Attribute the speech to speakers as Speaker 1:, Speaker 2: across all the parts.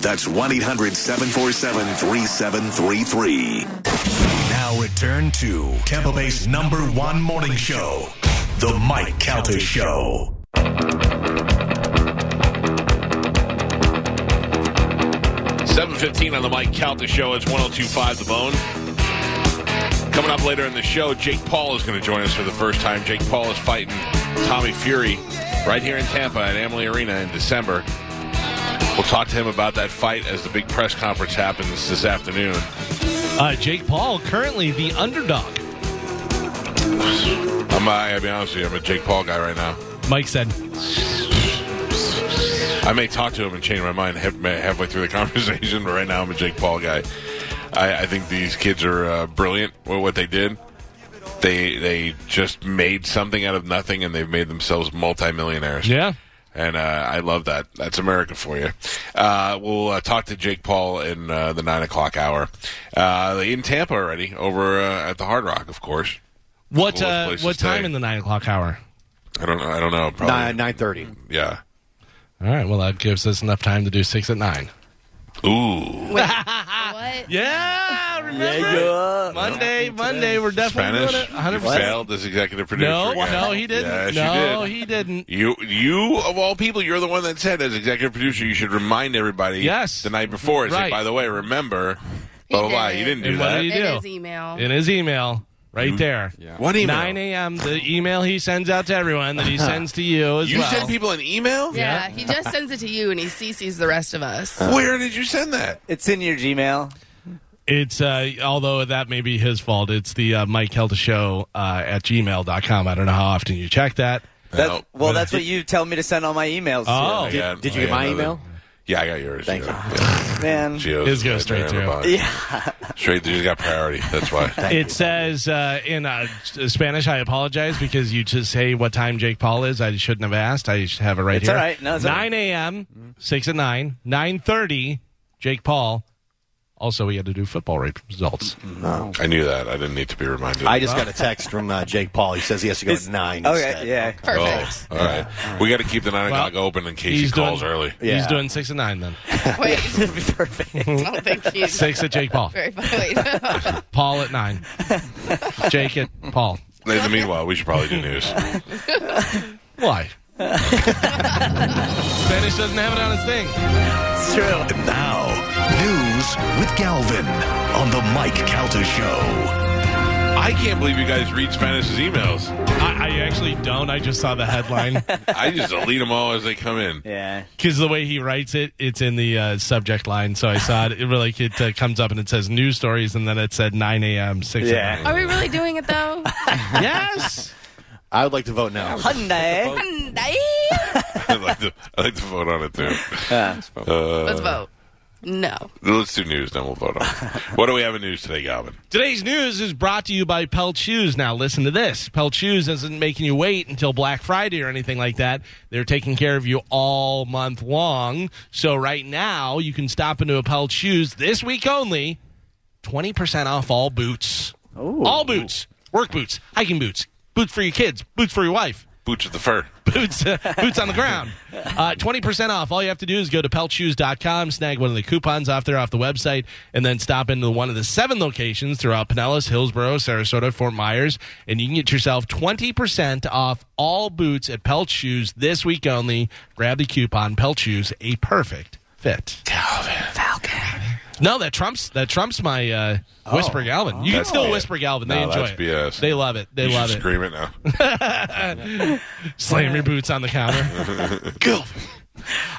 Speaker 1: That's 1 800 747 3733. Now return to Tampa Bay's number one morning show, The Mike Calter Show.
Speaker 2: Seven fifteen on the Mike Calta show. It's one zero two five the bone. Coming up later in the show, Jake Paul is going to join us for the first time. Jake Paul is fighting Tommy Fury right here in Tampa at Amalie Arena in December. We'll talk to him about that fight as the big press conference happens this afternoon.
Speaker 3: Uh, Jake Paul, currently the underdog.
Speaker 2: I'm, I gotta be honest with you, I'm a Jake Paul guy right now.
Speaker 3: Mike said,
Speaker 2: I may talk to him and change my mind half- halfway through the conversation, but right now I'm a Jake Paul guy. I, I think these kids are uh, brilliant with what they did. They they just made something out of nothing, and they've made themselves multimillionaires.
Speaker 3: "Yeah,
Speaker 2: And uh, I love that. That's America for you. Uh, we'll uh, talk to Jake Paul in uh, the 9 o'clock hour. Uh, in Tampa already, over uh, at the Hard Rock, of course.
Speaker 3: what
Speaker 2: Coolest
Speaker 3: uh,
Speaker 2: place
Speaker 3: what
Speaker 2: to
Speaker 3: time
Speaker 2: stay.
Speaker 3: in the nine o'clock hour?"
Speaker 2: I don't know. I don't know. Probably.
Speaker 4: Nine nine thirty.
Speaker 2: Yeah.
Speaker 3: All right, well that gives us enough time to do six at nine.
Speaker 2: Ooh.
Speaker 5: What?
Speaker 3: Yeah, remember Monday, Monday, we're definitely
Speaker 2: Spanish.
Speaker 3: doing it.
Speaker 2: You
Speaker 3: 100. percent
Speaker 2: failed as executive producer.
Speaker 3: No,
Speaker 2: again.
Speaker 3: no, he
Speaker 2: Yes,
Speaker 3: didn't. no,
Speaker 2: you did.
Speaker 3: he didn't.
Speaker 2: You, you of all people, you're the one that said as executive producer, you should remind everybody.
Speaker 3: Yes.
Speaker 2: the night before. It's
Speaker 3: Right.
Speaker 2: like, by the way, remember, blah blah. blah. You didn't do
Speaker 3: And what
Speaker 2: that.
Speaker 3: did he
Speaker 5: It
Speaker 3: do?
Speaker 5: is email.
Speaker 3: In his email, right there.
Speaker 2: What email?
Speaker 3: 9 a.m. The email he sends out to everyone that he sends to you as
Speaker 2: You
Speaker 3: well.
Speaker 2: send people an email?
Speaker 5: yeah, he just sends it to you and he CCs the rest of us.
Speaker 2: Where did you send that?
Speaker 4: It's in your Gmail.
Speaker 3: It's uh, although that may be his fault. It's the uh, Mike Helta show uh, at gmail.com. I don't know how often you check that.
Speaker 4: That's,
Speaker 2: No.
Speaker 4: well, that's what you tell me to send all my emails.
Speaker 3: Oh.
Speaker 4: to.
Speaker 3: Did-
Speaker 2: Yeah,
Speaker 6: did you
Speaker 2: I
Speaker 6: get
Speaker 2: got
Speaker 6: my
Speaker 2: another-
Speaker 6: email?
Speaker 2: Yeah, I got yours.
Speaker 6: Thank you.
Speaker 4: man.
Speaker 2: Geo's
Speaker 3: His goes
Speaker 2: right
Speaker 3: straight
Speaker 2: there in the
Speaker 3: through.
Speaker 2: box.
Speaker 4: Yeah,
Speaker 2: Straight through. He's got priority. That's why.
Speaker 3: It says uh, in uh, Spanish, I apologize because you just say what time Jake Paul is. I shouldn't have asked. I should have it right
Speaker 4: It's
Speaker 3: here.
Speaker 4: all right. No, it's all
Speaker 3: 9 a.m., 6 at 9, 9.30, Jake Paul. Also, we had to do football rate results.
Speaker 2: I knew that. I didn't need to be reminded.
Speaker 6: I just got a text from uh, Jake Paul. He says he has to go at nine.
Speaker 4: okay,
Speaker 6: instead.
Speaker 4: yeah.
Speaker 2: Oh,
Speaker 5: Perfect.
Speaker 2: all right. We got to keep the nine
Speaker 3: Well,
Speaker 2: o'clock open in case he
Speaker 3: he's
Speaker 2: calls
Speaker 3: doing-
Speaker 2: early.
Speaker 6: Yeah.
Speaker 3: He's doing 6 at 9 then.
Speaker 5: Wait,
Speaker 4: It'd be perfect.
Speaker 5: I don't think he's
Speaker 3: 6 at Jake Paul.
Speaker 5: very funny.
Speaker 3: Paul at 9. Jake at Paul.
Speaker 2: In the meanwhile, we should probably do news.
Speaker 3: Why? Spanish doesn't have it on its thing.
Speaker 4: It's true.
Speaker 1: And now, news with Galvin on The Mike Calter Show.
Speaker 2: I can't believe you guys read Spanish's emails.
Speaker 3: I, I actually don't. I just saw the headline.
Speaker 2: I just delete them all as they come in.
Speaker 4: Yeah.
Speaker 3: Because the way he writes it, it's in the uh, subject line. So I saw it. It really it uh, comes up and it says news stories, and then it said 9 a.m. 6
Speaker 4: Yeah.
Speaker 5: Are we really doing it though?
Speaker 3: a.m. Yes.
Speaker 6: I would like to vote now.
Speaker 4: Hyundai.
Speaker 2: I'd like, to, I'd like to vote on it too. Uh,
Speaker 5: Let's vote. No.
Speaker 2: let's do news, then we'll vote on it. What do we have in news today, Galvin?
Speaker 3: Today's news is brought to you by Pelt Shoes. Now, listen to this Pelt Shoes isn't making you wait until Black Friday or anything like that. They're taking care of you all month long. So, right now, you can stop into a Pelt Shoes this week only 20% off all boots. All boots, work boots, hiking boots, boots for your kids, boots for your wife.
Speaker 2: Boots with the fur.
Speaker 3: boots boots on the ground. Uh, 20% off. All you have to do is go to peltshoes.com, snag one of the coupons off there off the website, and then stop into one of the seven locations throughout Pinellas, Hillsborough, Sarasota, Fort Myers, and you can get yourself 20% off all boots at Pelt Shoes this week only. Grab the coupon Pelt Shoes, a perfect fit. No, that trumps that trumps my uh, whisper Galvin. You can
Speaker 2: Oh, That's
Speaker 3: still
Speaker 2: BS.
Speaker 3: whisper Galvin. They
Speaker 2: No,
Speaker 3: enjoy
Speaker 2: that's BS.
Speaker 3: it. They love it. They
Speaker 2: you
Speaker 3: love
Speaker 2: should
Speaker 3: it.
Speaker 2: scream it now.
Speaker 3: Slam your boots on the counter.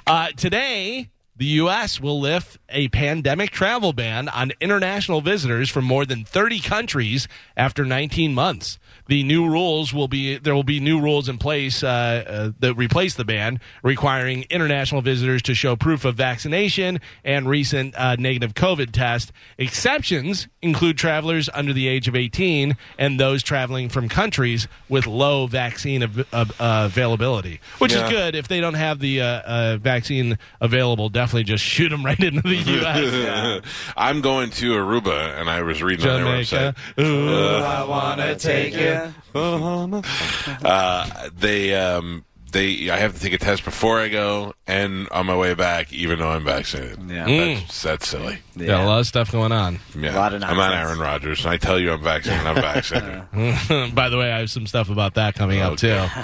Speaker 3: Uh, today, the U.S. will lift a pandemic travel ban on international visitors from more than 30 countries after 19 months. The new rules will be there will be new rules in place uh, uh, that replace the ban, requiring international visitors to show proof of vaccination and recent uh, negative COVID test. Exceptions include travelers under the age of 18 and those traveling from countries with low vaccine av- av- uh, availability, which is
Speaker 6: Yeah.
Speaker 3: good good if they don't have the uh, uh, vaccine available. Definitely just shoot them right into the U.S.
Speaker 2: I'm going to Aruba, and I was reading on their
Speaker 3: Jamaica.
Speaker 2: website.
Speaker 3: Ooh.
Speaker 4: Take it.
Speaker 2: Uh, they, um, they, I have to take a test before I go, and on my way back, even though I'm vaccinated.
Speaker 4: Yeah.
Speaker 3: Hmm.
Speaker 2: that's, that's silly.
Speaker 3: Got a lot of stuff going on.
Speaker 2: Yeah.
Speaker 4: Lot of
Speaker 2: I'm not
Speaker 4: nonsense.
Speaker 2: Aaron Rodgers, and I tell you I'm vaccinated. I'm vaccinated.
Speaker 3: By the way, I have some stuff about that coming up too.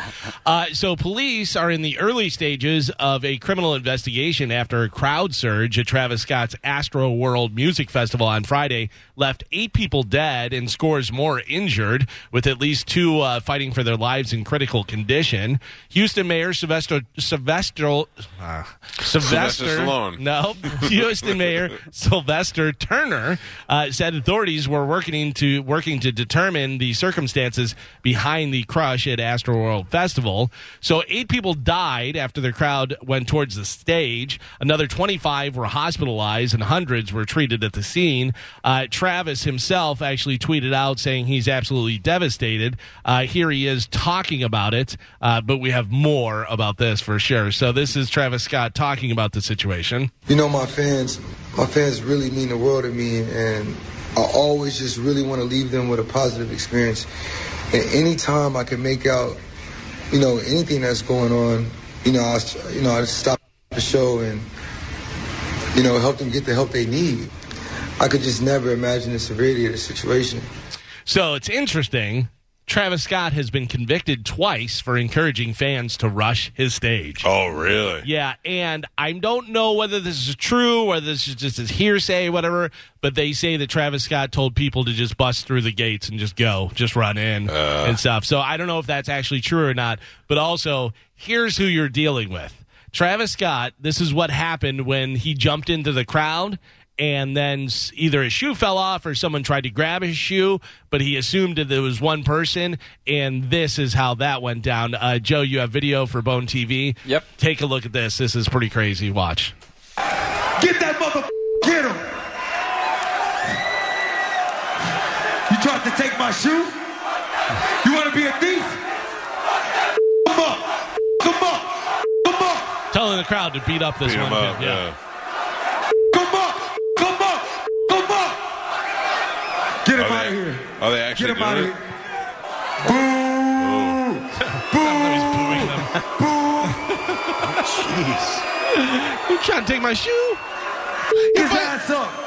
Speaker 3: Uh, so, police are in the early stages of a criminal investigation after a crowd surge at Travis Scott's Astro World Music Festival on Friday left eight people dead and scores more injured, with at least two uh, fighting for their lives in critical condition. Houston Mayor Sylvester Sylvester uh, Sylvester,
Speaker 2: Stallone.
Speaker 3: no, Houston Mayor Sylvester Turner uh, said authorities were working to working to determine the circumstances behind the crush at Astroworld Festival. So eight people died after the crowd went towards the stage. Another twenty five were hospitalized, and hundreds were treated at the scene. Uh, Travis himself actually tweeted out saying he's absolutely devastated. Uh, here he is talking about it, uh, but we have more about this for sure. So this is Travis Scott talking about the situation.
Speaker 7: You know, my fans, my fans really mean the world to me, and I always just really want to leave them with a positive experience. And anytime I can make out, you know, anything that's going on, you know, I, s- you know, I just stop the show and, you know, help them get the help they need. I could just never imagine the severity of the situation.
Speaker 3: So it's interesting. Travis Scott has been convicted twice for encouraging fans to rush his stage.
Speaker 2: oh, really?
Speaker 3: Yeah, and I don't know whether this is true, whether this is just his hearsay, whatever, but they say that Travis Scott told people to just bust through the gates and just go, just run in and stuff. So I don't know if that's actually true or not, but also, here's who you're dealing with Travis Scott. This is what happened when he jumped into the crowd. And then s- either his shoe fell off or someone tried to grab his shoe, but he assumed that it was one person. And this is how that went down. Uh, Joe, you have video for Bone TV.
Speaker 8: Yep.
Speaker 3: Take a look at this. This is pretty crazy. Watch.
Speaker 9: Get that mother. Get him. You tried to take my shoe? You want to be a thief? Come up. Come up. Come up.
Speaker 3: Telling the crowd to beat up this
Speaker 2: Beat 'em
Speaker 3: one.
Speaker 2: up,
Speaker 3: kid.
Speaker 2: yeah.
Speaker 9: Come up. Come up. Come up. Get him
Speaker 2: Are
Speaker 9: out of
Speaker 2: they-
Speaker 9: here.
Speaker 2: Are they
Speaker 9: Get
Speaker 2: actually
Speaker 9: him out of
Speaker 2: doing
Speaker 9: here.
Speaker 2: it?
Speaker 9: Boo. Boo. Boo.
Speaker 6: Jeez.
Speaker 3: You trying to take my shoe?
Speaker 9: His ass up.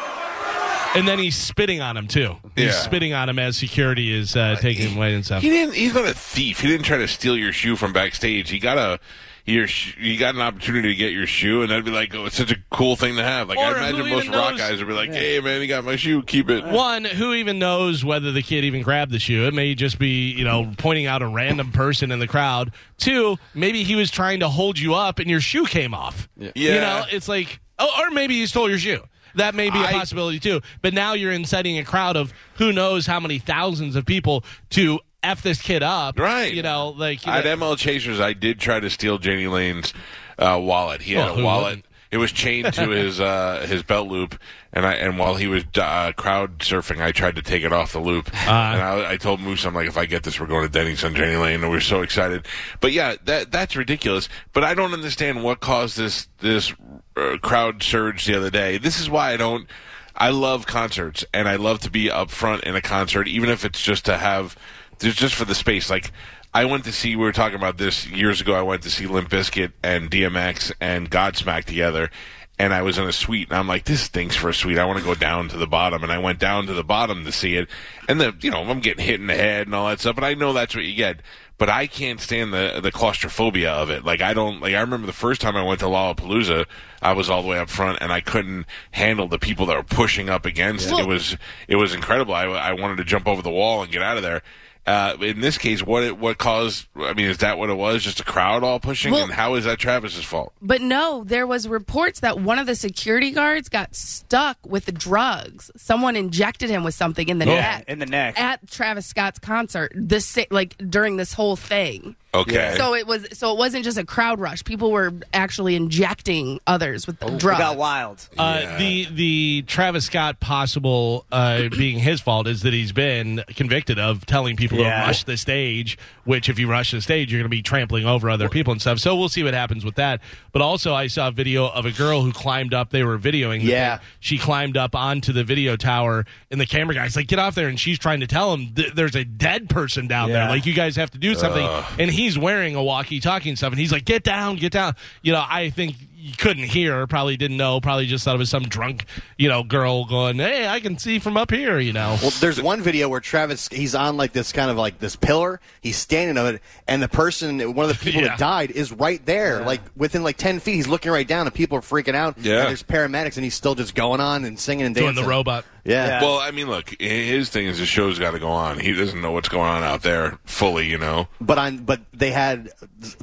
Speaker 3: And then he's spitting on him too. He's
Speaker 2: Yeah.
Speaker 3: spitting on him as security is uh, taking him away and stuff.
Speaker 2: He didn't. He's not a thief. He didn't try to steal your shoe from backstage. He got a. Your sh- you got an opportunity to get your shoe, and that'd be like, oh, it's such a cool thing to have. Like
Speaker 3: Or
Speaker 2: I
Speaker 3: who
Speaker 2: imagine
Speaker 3: even
Speaker 2: most rock
Speaker 3: knows-
Speaker 2: guys would be like, hey man, he got my shoe, keep it.
Speaker 3: One, who even knows whether the kid even grabbed the shoe? It may just be, you know, pointing out a random person in the crowd. Two, maybe he was trying to hold you up and your shoe came off.
Speaker 2: Yeah.
Speaker 3: You know, it's like, oh, or maybe he stole your shoe. That may be a
Speaker 2: I-
Speaker 3: possibility too. But now you're inciting a crowd of who knows how many thousands of people to F this kid up.
Speaker 2: Right.
Speaker 3: You know, like. You
Speaker 2: At
Speaker 3: know-
Speaker 2: ML Chasers, I did try to steal Janie Lane's uh, wallet. He
Speaker 3: Well,
Speaker 2: had
Speaker 3: who
Speaker 2: a wallet.
Speaker 3: wouldn't?
Speaker 2: It was chained to his uh, his belt loop, and I and while he was uh, crowd surfing, I tried to take it off the loop.
Speaker 3: Uh.
Speaker 2: and I, I told Moose, I'm like, if I get this, we're going to Denny's on Janie Lane, and we are so excited. But yeah, that that's ridiculous. But I don't understand what caused this this uh, crowd surge the other day. This is why I don't. I love concerts, and I love to be up front in a concert, even if it's just to have there's just for the space. Like I went to see, we were talking about this years ago. I went to see Limp Bizkit and DMX and Godsmack together, and I was in a suite, and I'm like, this stinks for a suite. I want to go down to the bottom, and I went down to the bottom to see it, and the you know I'm getting hit in the head and all that stuff, but I know that's what you get. But I can't stand the the claustrophobia of it. Like I don't like. I remember the first time I went to Lollapalooza, I was all the way up front, and I couldn't handle the people that were pushing up against. It was it was incredible. I, I wanted to jump over the wall and get out of there Uh, in this case, what it, what caused? I mean, is that what it was? Just a crowd all pushing?
Speaker 5: Well-
Speaker 2: and how is that Travis's fault?
Speaker 5: But no, there was reports that one of the security guards got stuck with the drugs. Someone injected him with something in the
Speaker 2: Yeah,
Speaker 5: neck.
Speaker 4: in the neck.
Speaker 5: At Travis Scott's concert, the sa- like during this whole thing.
Speaker 2: Okay.
Speaker 5: So it was so it wasn't just a crowd rush. People were actually injecting others with the drugs.
Speaker 4: It got wild.
Speaker 3: Uh, The the Travis Scott possible uh, being his fault is that he's been convicted of telling people
Speaker 4: Yeah.
Speaker 3: to rush the stage, which if you rush the stage, you're going to be trampling over other people and stuff. So we'll see what happens with that. But also, I saw a video of a girl who climbed up. They were videoing. the
Speaker 4: Yeah.
Speaker 3: thing. she climbed up onto the video tower, and the camera guy's like, "Get off there!" And she's trying to tell him th- there's a dead person down there.
Speaker 4: Yeah.
Speaker 3: Like you guys have to do something. And he's wearing a walkie-talkie and stuff, and he's like, "Get down, get down." You know, I think you couldn't hear, probably didn't know, probably just thought it was some drunk, you know, girl going, "Hey, I can see from up here," you know.
Speaker 8: Well, there's one video where Travis he's on like this kind of like this pillar. He's standing on it, and the person, one of the people
Speaker 3: Yeah.
Speaker 8: that died, is right there, like within like ten feet. He's looking right down, and people are freaking out.
Speaker 2: Yeah.
Speaker 8: and there's paramedics, and he's still just going on and singing and
Speaker 3: Doing
Speaker 8: dancing.
Speaker 3: the robot.
Speaker 8: Yeah.
Speaker 4: Yeah.
Speaker 2: Well, I mean, look, i- his thing is the show's got to go on. He doesn't know what's going on out there fully, you know.
Speaker 8: but on but they had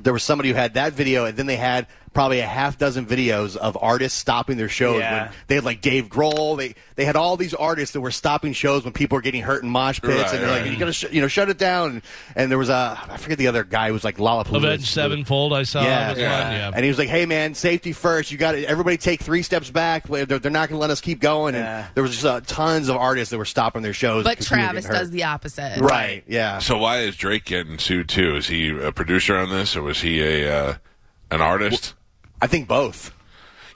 Speaker 8: there was somebody who had that video, and then they had probably a half dozen videos of artists stopping their shows.
Speaker 4: Yeah.
Speaker 8: When they had like Dave Grohl, they they had all these artists that were stopping shows when people were getting hurt in mosh pits,
Speaker 2: Right,
Speaker 8: and they're
Speaker 2: right.
Speaker 8: like, "You gotta sh- you know shut it down." And, and there was a I forget the other guy who was like Lollapalooza.
Speaker 3: Avenged Sevenfold, I saw.
Speaker 8: Yeah.
Speaker 3: was
Speaker 2: Yeah.
Speaker 3: one, yeah.
Speaker 8: And he was like, "Hey man, safety first. You got to everybody take three steps back. They're, they're not going to let us keep going." And
Speaker 4: Yeah.
Speaker 8: there was just uh, tons of artists that were stopping their shows.
Speaker 5: But
Speaker 8: 'cause people were
Speaker 5: Travis
Speaker 8: getting hurt.
Speaker 5: does the opposite.
Speaker 8: right? Yeah.
Speaker 2: So why is Drake getting sued too? Is he a producer on this, or was he a uh, an artist?
Speaker 8: I think both.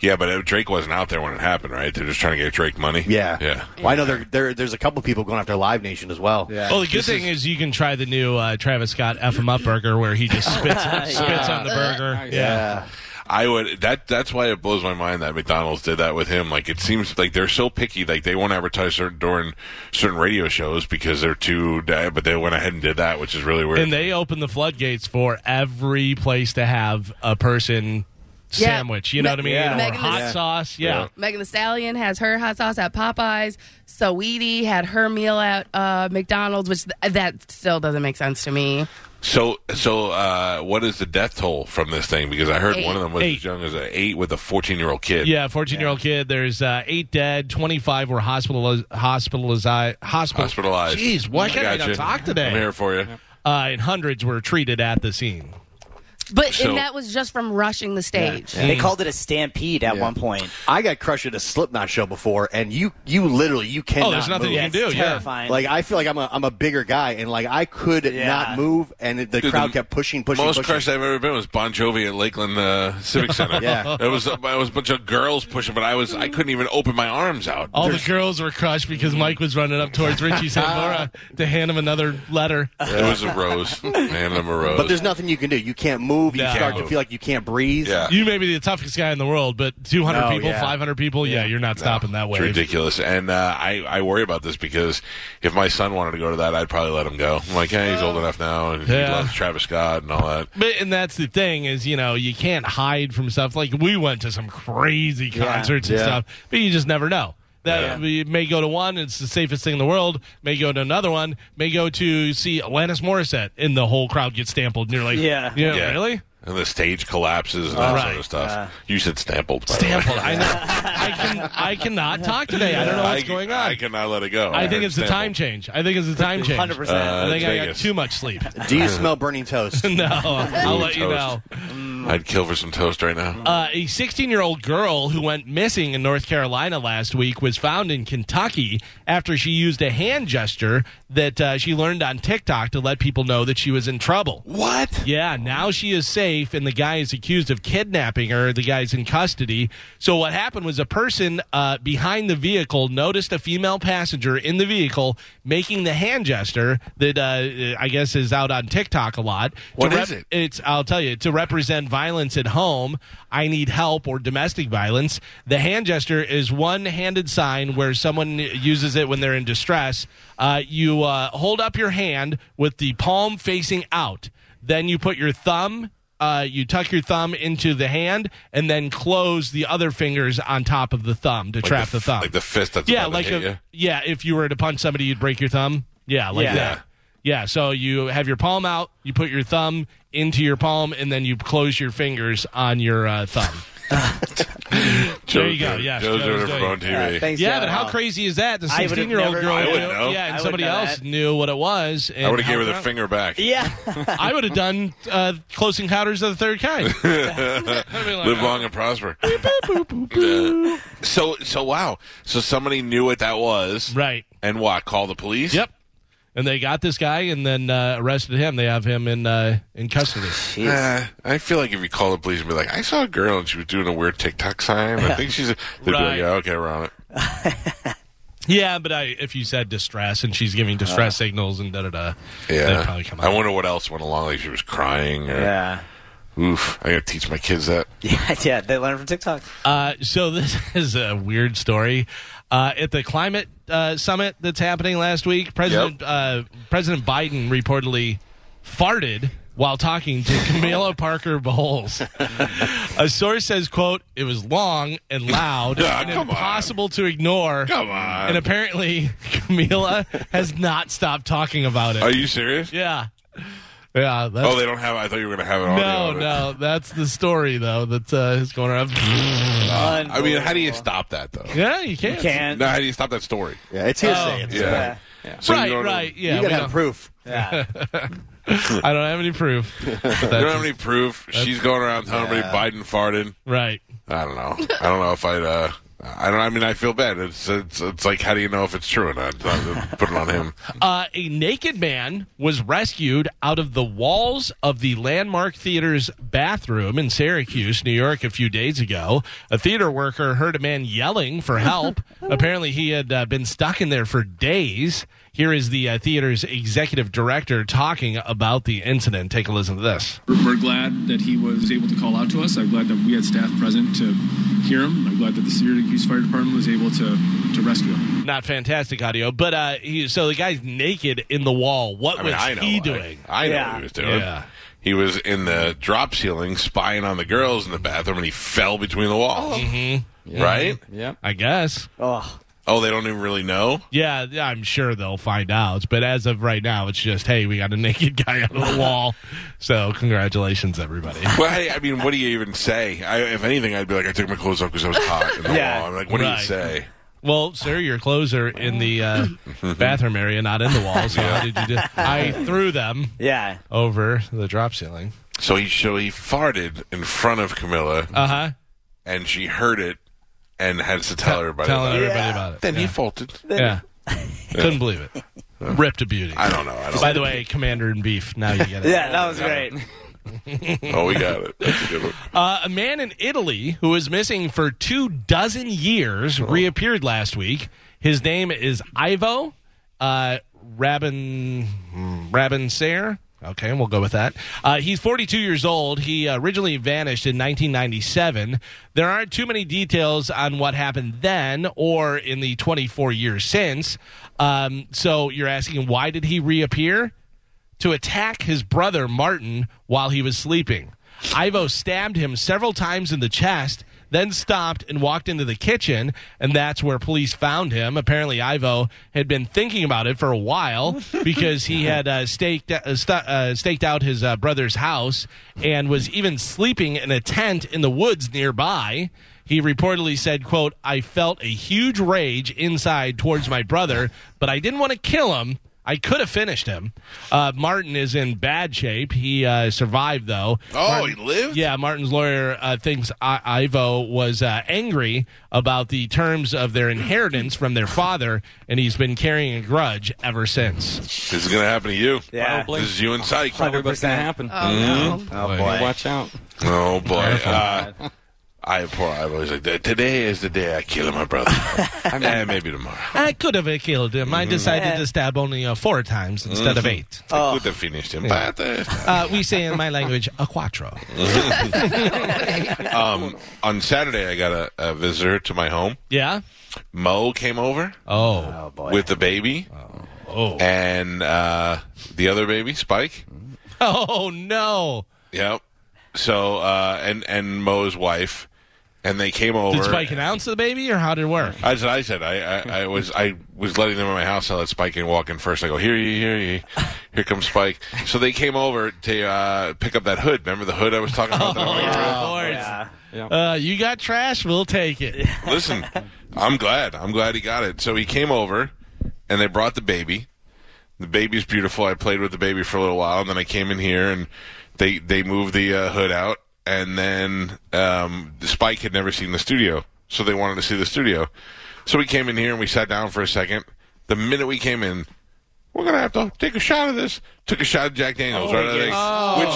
Speaker 2: yeah, but uh, Drake wasn't out there when it happened, right? They're just trying to get Drake money.
Speaker 8: Yeah.
Speaker 2: yeah.
Speaker 8: Well, I know there, there there's a couple people going after Live Nation as well. Yeah.
Speaker 3: Well, the good thing is, you can try the new uh, Travis Scott F 'em up burger where he just spits spits on the burger. Yeah.
Speaker 2: I would that that's why it blows my mind that McDonald's did that with him. Like it seems like they're so picky, like they won't advertise certain during certain radio shows because they're too di- but they went ahead and did that, which is really weird.
Speaker 3: And they open the floodgates for every place to have a person
Speaker 5: Yeah.
Speaker 3: sandwich. You know
Speaker 5: Me-
Speaker 3: what I mean?
Speaker 5: yeah.
Speaker 3: Or
Speaker 5: Megan
Speaker 3: hot
Speaker 5: is-
Speaker 3: sauce. Yeah.
Speaker 5: Megan the Stallion has her hot sauce at Popeyes. So Weedy had her meal at uh, McDonald's, which th- that still doesn't make sense to me.
Speaker 2: so so uh what is the death toll from this thing? Because I heard
Speaker 5: Eight.
Speaker 2: one of them was
Speaker 3: Eight.
Speaker 2: as young as an eight with a fourteen year old kid.
Speaker 3: Yeah, 14 year old kid. There's uh, eight dead, 25 were hospitalized. Hospitalized. Hospital-
Speaker 2: Hospitalized.
Speaker 3: Jeez, why can't I
Speaker 2: Gotcha.
Speaker 3: not talk
Speaker 2: I'm
Speaker 3: today?
Speaker 2: here for you.
Speaker 3: Uh, and hundreds were treated at the scene.
Speaker 5: But
Speaker 2: So-
Speaker 5: and that was just from rushing the stage.
Speaker 2: Mm.
Speaker 4: They called it a stampede at one point.
Speaker 8: I got crushed at a Slipknot show before, and you you literally you cannot.
Speaker 3: Oh, there's nothing
Speaker 8: move.
Speaker 3: you can do.
Speaker 4: It's
Speaker 3: Yeah.
Speaker 4: terrifying.
Speaker 8: Like I feel like I'm a I'm a bigger guy, and like I could
Speaker 4: Yeah.
Speaker 8: not move, and it- the
Speaker 2: Dude,
Speaker 8: crowd
Speaker 2: the
Speaker 8: kept pushing, pushing,
Speaker 2: Most
Speaker 8: pushing.
Speaker 2: crushed I've ever been was Bon Jovi at Lakeland uh, Civic Center.
Speaker 8: Yeah.
Speaker 2: it was it was a bunch of girls pushing, but I was I couldn't even open my arms out.
Speaker 3: All the girls were crushed because
Speaker 2: Mm-hmm.
Speaker 3: Mike was running up towards Richie Sambora to hand him another letter.
Speaker 2: It was a rose, and I'm a rose.
Speaker 8: But there's nothing you can do. You can't move. You
Speaker 3: No.
Speaker 8: start to
Speaker 2: Can't
Speaker 8: feel like you can't breathe.
Speaker 2: Yeah.
Speaker 3: You may be the toughest guy in the world, but 200
Speaker 8: No,
Speaker 3: people,
Speaker 8: yeah.
Speaker 3: 500 people, yeah, you're not stopping that
Speaker 2: It's
Speaker 3: way.
Speaker 2: ridiculous, and uh, I I worry about this because if my son wanted to go to that, I'd probably let him go. I'm like, hey, he's old enough now, and he
Speaker 3: Yeah.
Speaker 2: loves Travis Scott and all that.
Speaker 3: But and that's the thing is, you know, you can't hide from stuff. Like we went to some crazy concerts and
Speaker 8: Yeah.
Speaker 3: stuff, but you just never know. That you may go to one, it's the safest thing in the world. May go to another one. May go to see Alanis Morissette, and the whole crowd gets sampled. And you're like,
Speaker 4: Yeah.
Speaker 3: you know,
Speaker 2: Yeah.
Speaker 3: really?
Speaker 2: And the stage collapses and that sort of
Speaker 3: Right.
Speaker 2: stuff. you said stampled. by the way.
Speaker 3: Sampled. I know. I can. I cannot talk today. I don't know what's going on.
Speaker 2: I
Speaker 3: I,
Speaker 2: cannot let it go.
Speaker 3: think
Speaker 2: heard
Speaker 3: it's the
Speaker 2: stampled.
Speaker 3: time change. I think it's the time change.
Speaker 4: 100%.
Speaker 3: I think I got
Speaker 2: Uh, Vegas.
Speaker 3: too much sleep.
Speaker 8: Do you smell burning toast?
Speaker 3: no, I'll let you
Speaker 2: Toast.
Speaker 3: know.
Speaker 2: I'd kill for some toast right now.
Speaker 3: Uh, a 16 year old girl who went missing in North Carolina last week was found in Kentucky after she used a hand gesture that uh, she learned on TikTok to let people know that she was in trouble.
Speaker 2: what?
Speaker 3: Yeah, now she is safe, and the guy is accused of kidnapping her. The guy's in custody. So, what happened was a person uh, behind the vehicle noticed a female passenger in the vehicle making the hand gesture that uh, I guess is out on TikTok a lot.
Speaker 2: What
Speaker 3: What
Speaker 2: is
Speaker 3: is
Speaker 2: it?
Speaker 3: It's, I'll tell you, to represent violence at home, I need help, or domestic violence. The hand gesture is one handed sign where someone uses it when they're in distress. Uh, you uh, hold up your hand with the palm facing out. Then you put your thumb, uh, you tuck your thumb into the hand, and then close the other fingers on top of the thumb to trap the,
Speaker 2: f-
Speaker 3: thumb.
Speaker 2: Like the fist that's
Speaker 3: yeah,
Speaker 2: about to
Speaker 3: like
Speaker 2: hit
Speaker 3: a,
Speaker 2: you.
Speaker 3: yeah. If you were to punch somebody, you'd break your thumb. Yeah, like
Speaker 4: Yeah.
Speaker 3: that. Yeah, so you have your palm out, you put your thumb into your palm, and then you close your fingers on your uh, thumb. there you go. Yeah,
Speaker 2: Joe's doing it from on TV.
Speaker 4: Yeah, thanks,
Speaker 3: yeah,
Speaker 4: Joe.
Speaker 3: but how crazy is that? The
Speaker 4: I would've
Speaker 3: sixteen-year-old
Speaker 4: never-
Speaker 3: girl,
Speaker 4: I
Speaker 2: wouldn't
Speaker 3: knew-
Speaker 2: know.
Speaker 3: yeah,
Speaker 4: I
Speaker 3: and
Speaker 4: would've
Speaker 3: somebody
Speaker 4: done
Speaker 3: else
Speaker 4: that.
Speaker 3: knew what it was. And
Speaker 2: I would have
Speaker 3: how
Speaker 2: gave her the
Speaker 3: proud-
Speaker 2: finger back.
Speaker 4: Yeah.
Speaker 3: I would have done uh, close encounters of the third kind. Oh,
Speaker 2: Live long and prosper. Uh, so so wow. So somebody knew what that was,
Speaker 3: right.
Speaker 2: And what? Call the police?
Speaker 3: Yep. And they got this guy and then uh, arrested him. They have him in uh, in custody.
Speaker 2: Uh, I feel like if you call the police and be like, "I saw a girl and she was doing a weird TikTok sign. I think she's," a, they'd be
Speaker 3: Right.
Speaker 2: like, "Yeah, okay, we're on it."
Speaker 3: yeah, but I, if you said distress and she's giving distress signals and da da da,
Speaker 2: Uh-huh. Yeah,
Speaker 3: they'd probably come out.
Speaker 2: I wonder what else went along. Like she was crying. Or,
Speaker 4: Yeah.
Speaker 2: Oof. I gotta teach my kids that.
Speaker 4: Yeah, yeah, they learn from TikTok.
Speaker 3: Uh, so this is a weird story. Uh, at the climate uh, summit that's happening last week, President uh, President Biden reportedly farted while talking to Camila Parker Bowles. a source says, "quote It was long and loud
Speaker 2: Ah,
Speaker 3: and
Speaker 2: come on.
Speaker 3: impossible to ignore."
Speaker 2: Come on.
Speaker 3: And apparently, Camila has not stopped talking about it.
Speaker 2: Are you serious?
Speaker 3: yeah, yeah. That's,
Speaker 2: Oh, they don't have. it. I thought you were gonna have it.
Speaker 3: no,
Speaker 2: audio of it.
Speaker 3: no. That's the story though that uh, is going around.
Speaker 2: Uh, I mean, how do you stop that though?
Speaker 3: yeah, you can't.
Speaker 4: Can't.
Speaker 2: No, how do you stop that story?
Speaker 8: Yeah, it's hearsay.
Speaker 3: Oh.
Speaker 8: It's-
Speaker 2: Yeah. So you
Speaker 3: right,
Speaker 2: don't-
Speaker 3: right. Yeah,
Speaker 8: you
Speaker 3: we
Speaker 8: gotta have
Speaker 3: don't-
Speaker 8: proof.
Speaker 4: Yeah.
Speaker 3: I don't have any proof. but
Speaker 2: You don't
Speaker 3: that's-
Speaker 2: have any proof. She's going around telling everybody Biden farted.
Speaker 3: right.
Speaker 2: I don't know. I don't know if I'd. Uh, I don't. I mean, I feel bad. It's it's it's like how do you know if it's true or not? I'll Put it on him.
Speaker 3: Uh, a naked man was rescued out of the walls of the Landmark Theater's bathroom in Syracuse, New York, a few days ago. A theater worker heard a man yelling for help. Apparently, he had uh, been stuck in there for days. Here is the uh, theater's executive director talking about the incident. Take a listen to this.
Speaker 10: We're glad that he was able to call out to us. I'm glad that we had staff present to hear him. I'm glad that the Syracuse Fire Department was able to, to rescue him.
Speaker 3: Not fantastic audio, but uh, he, so the guy's naked in the wall. What
Speaker 2: I mean,
Speaker 3: was
Speaker 2: I know.
Speaker 3: he
Speaker 2: I-
Speaker 3: doing?
Speaker 2: I, know what
Speaker 4: Yeah.
Speaker 2: he was doing.
Speaker 3: Yeah.
Speaker 2: He was in the drop ceiling spying on the girls in the bathroom, and he fell between the walls.
Speaker 3: Oh.
Speaker 2: Mm-hmm. Right?
Speaker 8: Yeah.
Speaker 3: I guess.
Speaker 4: Oh,
Speaker 2: Oh, they don't even really know.
Speaker 3: Yeah, yeah, I'm sure they'll find out. But as of right now, it's just, hey, we got a naked guy on the wall. So congratulations, everybody.
Speaker 2: Well, I, I mean, what do you even say? I, if anything, I'd be like, I took my clothes off because I was hot in the
Speaker 4: Yeah.
Speaker 2: wall. I'm like, what do
Speaker 3: Right.
Speaker 2: you say?
Speaker 3: Well, sir, your clothes are in the uh, bathroom area, not in the wall. So how did you do? I threw them
Speaker 4: yeah.
Speaker 3: over the drop ceiling.
Speaker 2: So he so he farted in front of Camilla,
Speaker 3: Uh huh.
Speaker 2: and she heard it and had to tell everybody.
Speaker 3: Telling
Speaker 2: about it.
Speaker 3: everybody about it.
Speaker 2: Then he faulted.
Speaker 3: Yeah. Couldn't believe it. Ripped a beauty.
Speaker 2: I don't know. I don't
Speaker 3: By the way, Commander and Beef, now you get it.
Speaker 4: Yeah, that was great.
Speaker 2: Oh, we got it. That's a good one.
Speaker 3: Uh, a man in Italy who was missing for two dozen years reappeared last week. His name is Ivo uh, Rabin Rabin Sayer. Okay, we'll go with that. Uh, he's 42 years old. He uh, originally vanished in 1997. There aren't too many details on what happened then or in the 24 years since. Um, so you're asking, why did he reappear? to attack his brother Martin while he was sleeping. Ivo stabbed him several times in the chest, then stopped and walked into the kitchen, and that's where police found him. Apparently, Ivo had been thinking about it for a while because he had uh, staked uh, stu uh, staked out his uh, brother's house and was even sleeping in a tent in the woods nearby. He reportedly said, "quote I felt a huge rage inside towards my brother, but I didn't want to kill him." I could have finished him. Uh, Martin is in bad shape. He uh, survived, though.
Speaker 2: Oh, he lived?
Speaker 3: Yeah, Martin's lawyer uh, thinks I- Ivo was uh, angry about the terms of their inheritance from their father, and he's been carrying a grudge ever since.
Speaker 2: This is going to happen to you.
Speaker 4: Yeah.
Speaker 2: This is you and Psych.
Speaker 11: What's gonna happen?
Speaker 5: Oh, no.
Speaker 12: Mm-hmm.
Speaker 4: Oh, boy.
Speaker 11: Watch out.
Speaker 2: Oh, boy. Uh, I, poor Ivo. He's like, today is the day I kill my brother. eh, maybe tomorrow.
Speaker 3: I could have killed him. I decided to stab only uh, four times instead of eight.
Speaker 2: I could have finished him. But, uh,
Speaker 3: Uh, we say in my language, a quattro.
Speaker 2: um, on Saturday, I got a, a visitor to my home.
Speaker 3: Yeah?
Speaker 2: Mo came over
Speaker 3: Oh.
Speaker 4: Oh, boy.
Speaker 2: with the baby
Speaker 3: Oh.
Speaker 2: and uh, the other baby, Spike.
Speaker 3: Oh, no.
Speaker 2: Yep. So uh, and and Mo's wife, and they came over.
Speaker 3: Did Spike announce the baby, or how did it work?
Speaker 2: I said, I said, I, I, I was, I was letting them in my house. I let Spike in walk in first. I go, here you, here you, here comes Spike. So they came over to uh, pick up that hood. Remember the hood I was talking about? that I went over?
Speaker 3: Uh, you got trash, we'll take it.
Speaker 2: Listen, I'm glad. I'm glad he got it. So he came over, and they brought the baby. The baby's beautiful. I played with the baby for a little while, and then I came in here, and they they moved the uh, hood out, and then um, Spike had never seen the studio, so they wanted to see the studio. So we came in here and we sat down for a second. The minute we came in, we're gonna have to take a shot of this. Took a shot of Jack Daniels,
Speaker 11: Oh,
Speaker 2: right? out of the
Speaker 11: yes.
Speaker 2: thing, Which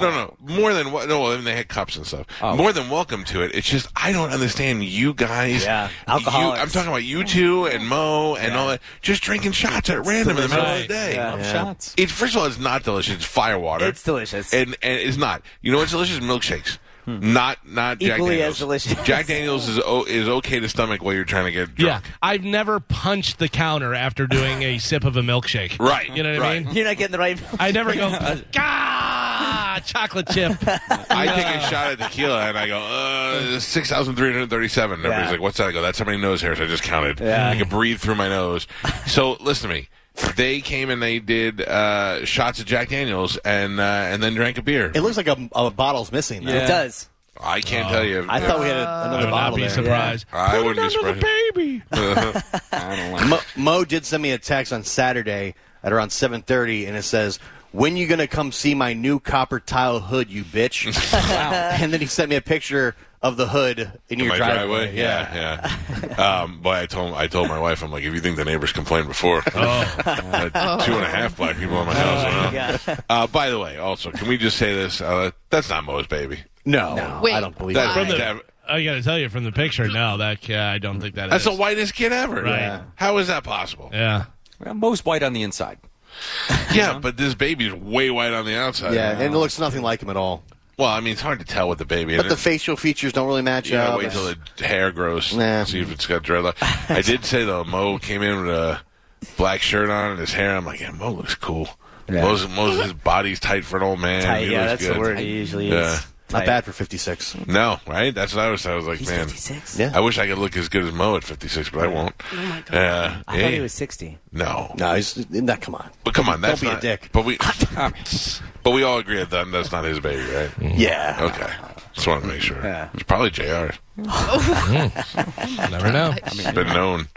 Speaker 2: no, no, more than wel- no. Well, then they had cups and stuff.
Speaker 11: Oh.
Speaker 2: More than welcome to it. It's just I don't understand you guys.
Speaker 11: Yeah.
Speaker 2: You-
Speaker 11: Alcoholics.
Speaker 2: I'm talking about you two and Mo and all that. Just drinking shots at random in the middle of
Speaker 11: delicious.
Speaker 2: the day.
Speaker 11: Yeah. Love shots.
Speaker 2: It's first of all, it's not delicious. It's fire water. It's delicious, and and it's not. You know what's delicious? Milkshakes. Not not Jack
Speaker 4: Equally as
Speaker 2: Daniels.
Speaker 4: delicious.
Speaker 2: Jack Daniels is o- is okay to stomach while you're trying to get
Speaker 3: Yeah, I've never punched the counter after doing a sip of a milkshake.
Speaker 2: Right,
Speaker 3: you know what I
Speaker 2: right.
Speaker 3: mean.
Speaker 4: You're not getting the right.
Speaker 3: I never go. Gah! Chocolate chip.
Speaker 2: I take a shot at tequila and I go, uh, 6,337. And Everybody's
Speaker 3: Yeah.
Speaker 2: like, what's that? I go, that's how many nose hairs I just counted.
Speaker 11: Yeah.
Speaker 2: I can breathe through my nose. So listen to me. They came and they did uh, shots of Jack Daniels and uh, and then drank a beer. It
Speaker 8: looks like a, a bottle's missing. though.
Speaker 2: though.
Speaker 8: It does.
Speaker 2: I can't
Speaker 8: Oh.
Speaker 2: tell you.
Speaker 8: I thought we had a- another
Speaker 2: I would
Speaker 8: bottle
Speaker 2: Not be
Speaker 8: there.
Speaker 2: surprised.
Speaker 8: Yeah.
Speaker 2: I
Speaker 8: Put it
Speaker 2: wouldn't be
Speaker 8: under the
Speaker 2: surprised.
Speaker 3: baby.
Speaker 8: Mo, Mo did send me a text on Saturday at around 7:30, and it says. When you gonna come see my new copper tile hood, you bitch? and then he sent me a picture of the hood in your
Speaker 2: my
Speaker 8: driveway.
Speaker 2: driveway. Yeah, yeah. um, but I told I told my wife, I'm like, if you think the neighbors complained before,
Speaker 3: Oh.
Speaker 2: I
Speaker 8: Oh.
Speaker 2: had two and a half black people in my house. you know? uh, by the way, also, can we just say this? Uh, that's not Moe's baby.
Speaker 8: No,
Speaker 5: Wait. I don't believe
Speaker 2: that.
Speaker 3: From the-
Speaker 2: that-
Speaker 3: I gotta tell you, from the picture, no, that uh, I don't think that
Speaker 2: that's
Speaker 3: is.
Speaker 2: the whitest kid ever.
Speaker 3: Right. Yeah.
Speaker 2: How is that possible?
Speaker 3: Yeah.
Speaker 2: Well, Moe's white on the inside. yeah, but this baby's way white on the outside.
Speaker 8: Yeah, and it looks nothing like him at all.
Speaker 2: Well, I mean, it's hard to tell with the baby.
Speaker 8: But
Speaker 2: and
Speaker 8: the
Speaker 2: it-
Speaker 8: facial features don't really match
Speaker 2: You gotta
Speaker 8: up.
Speaker 2: wait till the hair grows.
Speaker 8: Nah.
Speaker 2: See if it's got dreadlock. I did say though, Mo came in with a black shirt on and his hair. I'm like, yeah, Mo looks cool. Mo's, Mo's his body's tight for an old man.
Speaker 4: Tight,
Speaker 2: He
Speaker 4: yeah,
Speaker 2: looks
Speaker 4: that's
Speaker 2: good.
Speaker 4: the word. He usually
Speaker 2: yeah.
Speaker 4: is. Not bad
Speaker 8: for 56.
Speaker 2: No, right? That's what I was. I was like, man,
Speaker 4: 56?
Speaker 2: I wish I could look as good as Mo at 56, but I won't. Oh my god.
Speaker 4: I thought he was 60.
Speaker 2: No,
Speaker 8: no, he's not. Come on,
Speaker 2: but come on,
Speaker 8: Don't
Speaker 2: that's
Speaker 8: be a
Speaker 2: not,
Speaker 8: dick.
Speaker 2: But we, but we all agree that that's not his baby, right?
Speaker 8: Yeah.
Speaker 2: Okay. Just want to make sure. It's probably Jr.
Speaker 3: Never know.
Speaker 2: It's been known.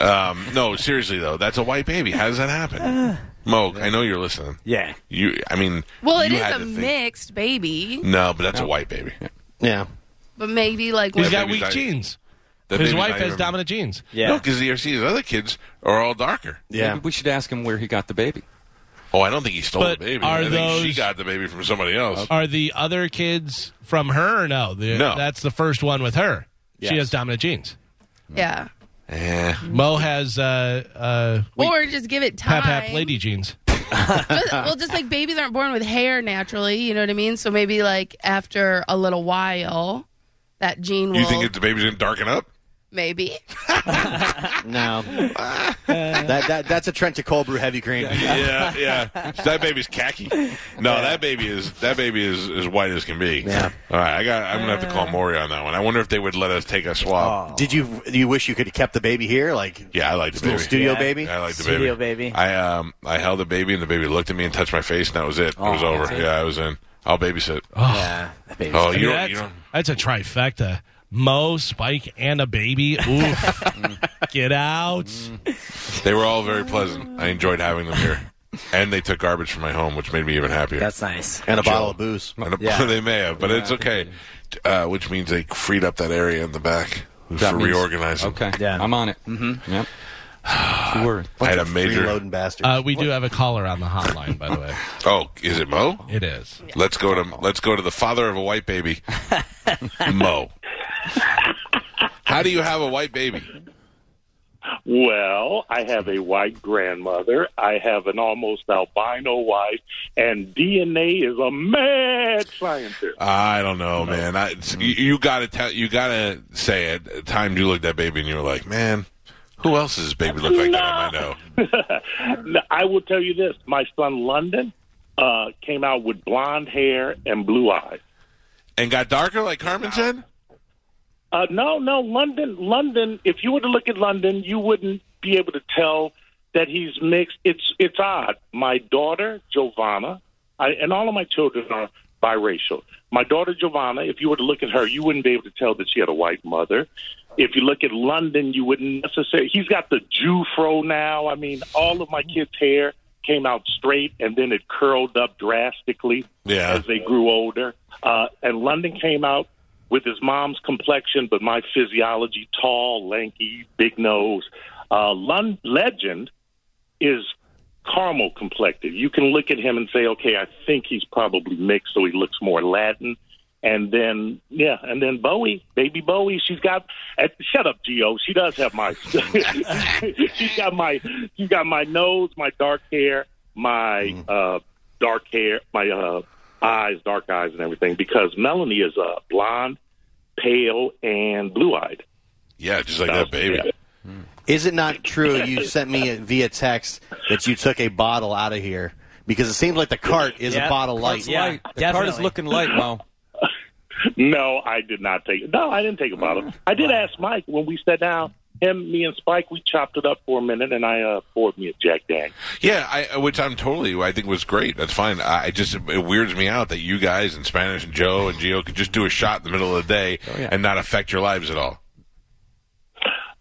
Speaker 2: Um, no, seriously though, that's a white baby. How does that happen? Mo, I know you're listening.
Speaker 4: Yeah.
Speaker 2: You, I mean,
Speaker 5: Well, it
Speaker 2: you
Speaker 5: is
Speaker 2: had
Speaker 5: a
Speaker 2: to think-
Speaker 5: mixed baby,
Speaker 2: No, but that's a white baby.
Speaker 8: Yeah.
Speaker 5: but maybe like
Speaker 3: He's
Speaker 5: one-
Speaker 3: got weak genes. His wife has dominant genes.
Speaker 2: Yeah. No, because ERC's other kids are all darker.
Speaker 11: Yeah. we should ask him where he got the baby.
Speaker 2: Oh, I don't think he stole
Speaker 3: But
Speaker 2: the baby.
Speaker 3: are
Speaker 2: I think she
Speaker 3: those-
Speaker 2: got the baby from somebody else.
Speaker 3: Are the other kids from her or no? The-
Speaker 2: No.
Speaker 3: That's the first one with her. She
Speaker 2: Yes.
Speaker 3: has dominant genes.
Speaker 5: yeah,
Speaker 2: Eh.
Speaker 3: Mo has uh, uh,
Speaker 5: or just give it time.
Speaker 3: pap pap lady genes.
Speaker 5: Just- well, just like babies aren't born with hair naturally, you know what I mean. So maybe like after a little while, that gene will
Speaker 2: You think if the baby's gonna darken up?
Speaker 5: maybe.
Speaker 8: No, that, that that's a Trent to cold brew heavy cream.
Speaker 2: yeah, yeah. So that baby's khaki. No, that baby is that baby is as white as can be. Yeah. All right, I got. I'm gonna have to call Maury on that one. I wonder if they would let us take a swab.
Speaker 8: Did you do you wish you could have kept the baby here? Like
Speaker 2: Yeah, I like the
Speaker 8: Little
Speaker 2: baby.
Speaker 8: studio Yeah. baby?
Speaker 2: I like the
Speaker 8: Studio
Speaker 2: baby. baby. I um I held the baby and the baby looked at me and touched my face and that was it. it was
Speaker 3: Oh,
Speaker 2: over.
Speaker 3: that's it.
Speaker 2: Yeah, I was in. I'll babysit.
Speaker 3: yeah,
Speaker 2: Oh, you don't-
Speaker 3: that's,
Speaker 2: you don't-
Speaker 3: that's a trifecta. Mo, Spike, and a baby. Oof. Get out.
Speaker 2: They were all very pleasant. I enjoyed having them here. And they took garbage from my home, which made me even happier. That's
Speaker 4: nice.
Speaker 8: And a bottle of booze.
Speaker 2: And a-
Speaker 8: Yeah.
Speaker 2: they may have, but it's okay. Uh, which means they freed up that area in the back
Speaker 11: That
Speaker 2: for
Speaker 11: means-
Speaker 2: reorganizing.
Speaker 11: Okay. Yeah. I'm on it. Mm-hmm. Yep. Don't worry.
Speaker 2: I had a major.
Speaker 8: bastards.
Speaker 3: Uh, we do have a caller on the hotline, by the way.
Speaker 2: Oh, is it Mo?
Speaker 3: It is.
Speaker 2: Let's go to let's go to the father of a white baby, Mo. How do you have a white baby?
Speaker 12: Well, I have a white grandmother. I have an almost albino wife, and DNA is a mad scientist.
Speaker 2: I don't know, man. I, it's- you, you gotta tell, you gotta say it. At times you looked at baby and you were like, man, who else does this baby look like that? I know.
Speaker 12: Now, I will tell you this: my son London uh, came out with blonde hair and blue eyes,
Speaker 2: and got darker, like Carmen said.
Speaker 12: Uh, no, no, London, London. If you were to look at London, you wouldn't be able to tell that he's mixed. It's it's odd. My daughter Giovanna, I, and all of my children are biracial. My daughter Giovanna, if you were to look at her, you wouldn't be able to tell that she had a white mother. If you look at London, you wouldn't necessarily. He's got the Jew fro now. I mean, all of my kids' hair came out straight, and then it curled up drastically
Speaker 2: Yeah.
Speaker 12: as they grew older. Uh, and London came out with his mom's complexion, but my physiology tall, lanky, big nose. Uh, Lon- legend is caramel complected. You can look at him and say, okay, I think he's probably mixed, so he looks more Latin. And then, yeah, and then Bowie, baby Bowie, she's got. Uh, shut up, Gio. She does have my. she's got my. She's got my nose, my dark hair, my uh, dark hair, my uh, eyes, dark eyes, and everything. Because Melanie is uh, blonde, pale, and blue-eyed.
Speaker 2: Yeah, just like that baby.
Speaker 8: Is it not true you sent me via text that you took a bottle out of here? Because it seems like the cart is
Speaker 12: Yeah,
Speaker 8: a bottle
Speaker 12: cart's
Speaker 8: light.
Speaker 12: light. Yeah, The cart is definitely. looking light, Mo. No, I did not take. No, I didn't take a bottle. I did ask Mike when we sat down. Him, me, and Spike, we chopped it up for a minute, and I uh, poured me a Jack Daniel.
Speaker 2: Yeah, I, I- which I'm totally, I think was great. That's fine. I I just, it weirds me out that you guys and Spanish and Joe and Gio could just do a shot in the middle of the day and not affect your lives at all.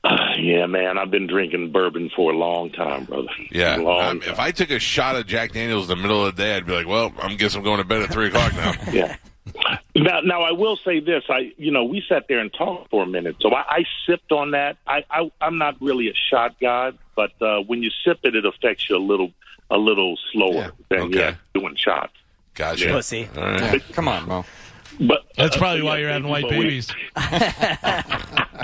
Speaker 12: Yeah, man, I've been drinking bourbon for a long time, brother.
Speaker 2: Yeah.
Speaker 12: long
Speaker 2: Um, if I took a shot of Jack Daniels in the middle of the day, I'd be like, well, I'm guess I'm going to bed at 3 o'clock now.
Speaker 12: yeah. Now, now I will say this: I, you know, we sat there and talked for a minute, so I, I sipped on that. I, I, I'm not really a shot guy, but uh, when you sip it, it affects you a little, a little slower than yeah, doing shots.
Speaker 2: Gotcha.
Speaker 4: Pussy.
Speaker 2: All right.
Speaker 11: Come on, Mo.
Speaker 12: But
Speaker 3: That's
Speaker 12: uh,
Speaker 3: probably
Speaker 12: yeah,
Speaker 3: why you're having
Speaker 12: thank you,
Speaker 3: white
Speaker 12: but we-
Speaker 3: babies.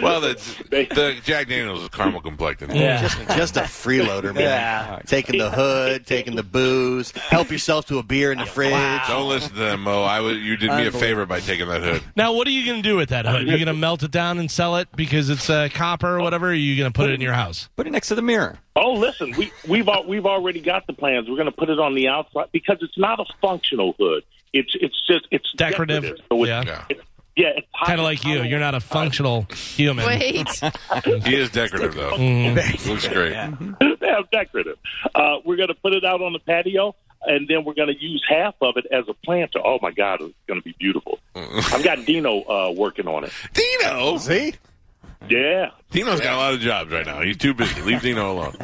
Speaker 2: Well, that's, the Jack Daniels is caramel complected.
Speaker 8: Just, just a freeloader, man.
Speaker 2: Yeah.
Speaker 8: Taking the hood, taking the booze. Help yourself to a beer in the fridge.
Speaker 2: Don't listen to them, Mo. I was, you did me a
Speaker 8: Unbelievable.
Speaker 2: favor by taking that hood.
Speaker 3: Now, what are you going to do with that hood? You're going to melt it down and sell it because it's uh, copper or whatever. Or are you going to put it in your house?
Speaker 11: Put it next to the mirror.
Speaker 12: Oh, listen, we, we've al- we've already got the plans. We're going to put it on the outside because it's not a functional hood. It's it's just it's
Speaker 3: Decorative.
Speaker 12: So it's,
Speaker 3: yeah.
Speaker 12: yeah, it's
Speaker 3: Kind of like you. You're not a functional human.
Speaker 2: He is decorative, though.
Speaker 3: Mm.
Speaker 2: Looks great.
Speaker 12: Damn decorative. Uh, we're going to put it out on the patio, and then we're going to use half of it as a planter. Oh my God, it's going to be beautiful. I've got Dino uh, working on it.
Speaker 2: Dino?
Speaker 8: See?
Speaker 12: Yeah.
Speaker 2: Dino's got a lot of jobs right now. He's too busy. Leave Dino alone.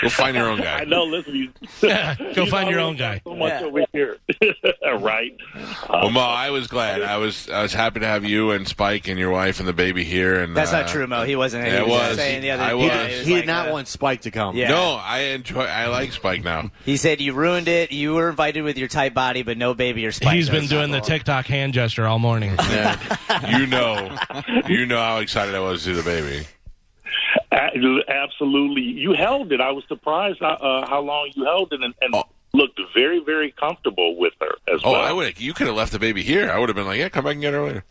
Speaker 2: Go find your own guy.
Speaker 12: I know. Listen, he's,
Speaker 3: Go find your own guy.
Speaker 12: so much over here, right?
Speaker 2: Well, Mo, I was glad. I was I was happy to have you and Spike and your wife and the baby here. And
Speaker 4: That's
Speaker 2: uh,
Speaker 4: not true, Mo. He wasn't.
Speaker 2: Yeah,
Speaker 4: he
Speaker 2: it
Speaker 4: was, just
Speaker 2: was.
Speaker 4: saying the other
Speaker 2: I
Speaker 4: day,
Speaker 2: was.
Speaker 4: he
Speaker 8: He
Speaker 4: like,
Speaker 8: did not
Speaker 4: uh,
Speaker 8: want Spike to come.
Speaker 4: Yeah.
Speaker 2: No, I enjoy. I like Spike now.
Speaker 4: He said you ruined it. You were invited with your tight body, but no baby or spike.
Speaker 3: He's
Speaker 4: That
Speaker 3: been
Speaker 4: was
Speaker 3: doing
Speaker 4: my
Speaker 3: the
Speaker 4: fault.
Speaker 3: TikTok hand gesture all morning.
Speaker 2: you know, you know how excited I was to see the baby.
Speaker 12: A- Absolutely. You held it. I was surprised how, uh, how long you held it and, and
Speaker 3: Oh.
Speaker 12: looked very, very comfortable with her as
Speaker 2: Oh,
Speaker 12: well.
Speaker 2: I would. You could have left the baby here. I would have been like, yeah, come back and get her later.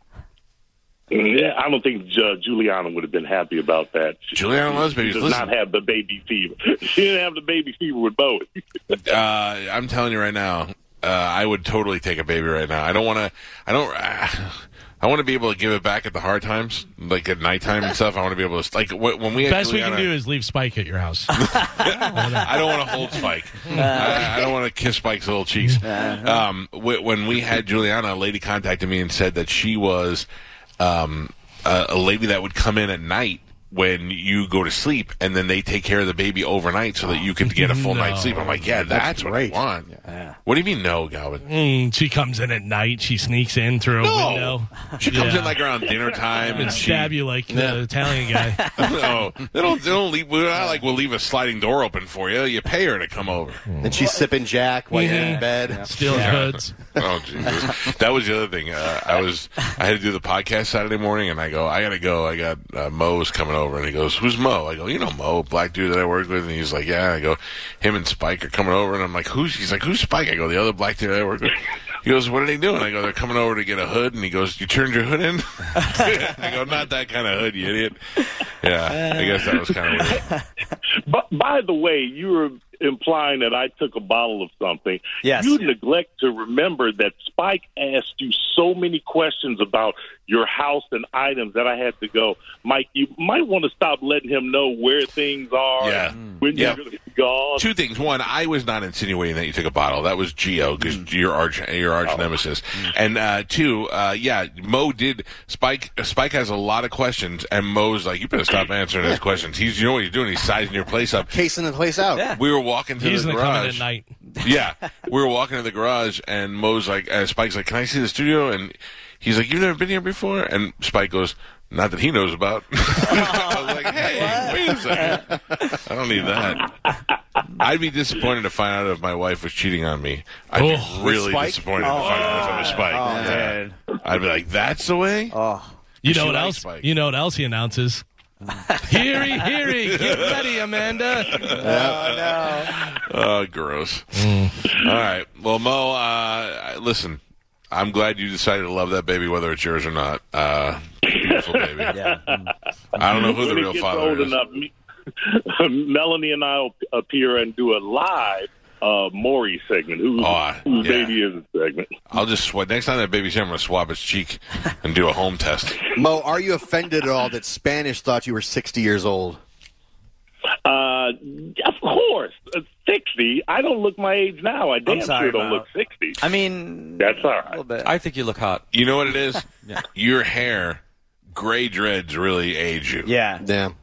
Speaker 2: Mm-hmm.
Speaker 12: Yeah, I don't think uh, Juliana would have been happy about that. She-
Speaker 2: Juliana loves babies.
Speaker 12: She does
Speaker 2: Listen.
Speaker 12: not have the baby fever. She didn't have the baby fever with Bowie.
Speaker 2: Uh, I'm telling you right now, uh, I would totally take a baby right now. I don't want to. I don't. I want to be able to give it back at the hard times, like at nighttime and stuff. I want to be able to like wh- when we had
Speaker 3: Best we can
Speaker 2: Juliana-
Speaker 3: do is leave Spike at your house.
Speaker 2: I don't want to hold Spike. I, I don't want to kiss Spike's little cheeks. Um, wh- when we had Juliana, a lady contacted me and said that she was um, a, a lady that would come in at night when you go to sleep, and then they take care of the baby overnight so that you could get a full
Speaker 3: No.
Speaker 2: night's sleep. I'm like, yeah, that's, what I want. What do you mean, no, Galvin?
Speaker 3: Mm, she comes in at night. She sneaks in through a
Speaker 2: No.
Speaker 3: window.
Speaker 2: She comes
Speaker 3: Yeah.
Speaker 2: in like around dinner time and
Speaker 3: and
Speaker 2: she.
Speaker 3: stab you like the Italian guy.
Speaker 2: no, they don't. They don't leave. We're not like we'll leave a sliding door open for you. You pay her to come over.
Speaker 8: And she's sipping Jack while you're in
Speaker 3: Mhm.
Speaker 8: bed.
Speaker 3: Steal
Speaker 8: Yeah.
Speaker 3: hoods.
Speaker 2: Oh Jesus! That was the other thing. Uh, I was I had to do the podcast Saturday morning, and I go, I gotta go. I got uh, Mo's coming over, and he goes, "Who's Mo?" I go, "You know Mo, black dude that I worked with," and he's like, "Yeah." I go, "Him and Spike are coming over," and I'm like, "Who's?" He's like, "Who's Spike?" I go, "The other black dude I worked with." He goes, "What are they doing?" I go, "They're coming over to get a hood," and he goes, "You turned your hood in?" I go, "Not that kind of hood, you idiot." Yeah, I guess that was kind of weird.
Speaker 12: But by the way, you were implying that I took a bottle of something.
Speaker 4: Yes.
Speaker 12: You neglect to remember that Spike asked you so many questions about your house and items that I had to go, Mike, you might want to stop letting him know where things are,
Speaker 2: Yeah.
Speaker 12: and when
Speaker 2: Yep.
Speaker 12: you're going to be gone.
Speaker 2: Two things. One, I was not insinuating that you took a bottle. That was Geo, because
Speaker 3: Mm.
Speaker 2: your arch your
Speaker 3: Oh.
Speaker 2: arch nemesis. And uh, two, uh, yeah, Mo did. Spike Spike has a lot of questions, and Mo's like, you better stop answering his questions. He's you know what he's doing. He's sizing your place up.
Speaker 8: Casing the place out.
Speaker 2: We were walking to
Speaker 3: He's
Speaker 2: the
Speaker 3: gonna come in at
Speaker 2: garage
Speaker 3: night.
Speaker 2: yeah, we were walking to the garage, and Mo's like, uh, Spike's like, "Can I see the studio?" And he's like, "You've never been here before." And Spike goes, "Not that he knows about." I was like, "Hey, wait a second, I don't need that." I'd be disappointed to find out if my wife was cheating on me. I'd
Speaker 3: Oh.
Speaker 2: be
Speaker 3: With
Speaker 2: really
Speaker 3: Spike?
Speaker 2: disappointed to find out if it was Spike.
Speaker 3: Oh,
Speaker 2: Yeah. I'd be like, "That's the way."
Speaker 8: Oh,
Speaker 3: You know what else? You know what else he announces? Heary, heary, get ready, Amanda.
Speaker 2: Oh, gross. All right. Well, Mo, uh, listen, I'm glad you decided to love that baby, whether it's yours or not. Uh, beautiful baby. I don't know who the
Speaker 12: When it
Speaker 2: real
Speaker 12: gets
Speaker 2: father
Speaker 12: old
Speaker 2: is.
Speaker 12: Enough, me- Melanie and I will appear and do a live uh, Maury segment. Who's,
Speaker 2: Aw,
Speaker 12: whose
Speaker 2: yeah.
Speaker 12: baby is it segment?
Speaker 2: I'll just sweat. Next time that baby's here, I'm going to swab its cheek and do a home test.
Speaker 8: Mo, are you offended at all that Spanish thought you were 60 years old?
Speaker 12: Uh, of course, uh, sixty. I don't look my age now. I damn
Speaker 11: sorry,
Speaker 12: sure don't
Speaker 11: Mo.
Speaker 12: look sixty.
Speaker 4: I mean,
Speaker 12: that's all right.
Speaker 11: I think you look hot.
Speaker 2: You know what it is? Your hair, gray dreads really age you.
Speaker 4: Yeah.
Speaker 8: Damn.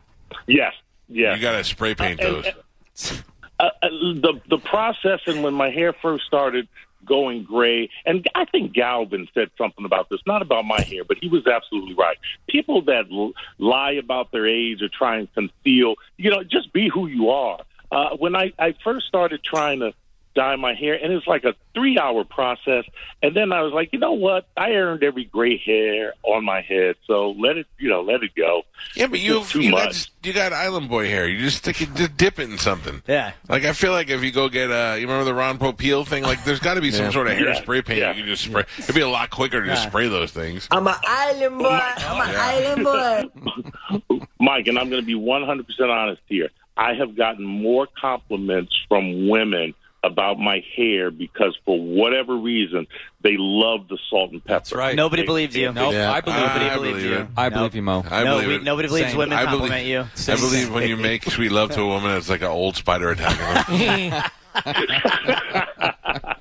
Speaker 12: Yes. Yeah.
Speaker 2: You got to spray paint
Speaker 12: And-
Speaker 2: those.
Speaker 12: uh, uh, the the process and when my hair first started going gray, and I think Galvin said something about this, not about my hair, but he was absolutely right. People that l- lie about their age or try and conceal, you know, just be who you are. Uh, when I, I first started trying to dye my hair, and it's like a three hour process, and then I was like, you know what? I earned every gray hair on my head, so let it, you know, let it go.
Speaker 2: Yeah, but
Speaker 12: It's
Speaker 2: you've,
Speaker 12: too
Speaker 2: you,
Speaker 12: much.
Speaker 2: Got, you got Island Boy hair. You just stick it, just dip it in something.
Speaker 4: Yeah.
Speaker 2: Like I feel like if you go get uh, you remember the Ron Popeil thing? Like there's got to be some
Speaker 8: Yeah.
Speaker 2: sort of hair
Speaker 12: Yeah.
Speaker 2: spray paint you can just spray. It'd be a lot quicker to just spray those things.
Speaker 4: Um,
Speaker 13: I'm an island boy. I'm an island boy.
Speaker 12: Mike, and I'm going to be 100% honest here. I have gotten more compliments from women about my hair because, for whatever reason, they love the salt and pepper. That's
Speaker 11: right.
Speaker 4: Nobody believes you.
Speaker 11: Nope, I believe
Speaker 4: Nobody
Speaker 11: it.
Speaker 4: believes you.
Speaker 11: I
Speaker 4: Nope.
Speaker 11: believe you, Mo.
Speaker 2: I
Speaker 4: no,
Speaker 2: believe
Speaker 4: we-
Speaker 2: it.
Speaker 4: nobody believes
Speaker 11: Same.
Speaker 4: women
Speaker 2: I believe-
Speaker 4: compliment you.
Speaker 2: I believe when you make sweet love to a woman, it's like an old spider attacking them.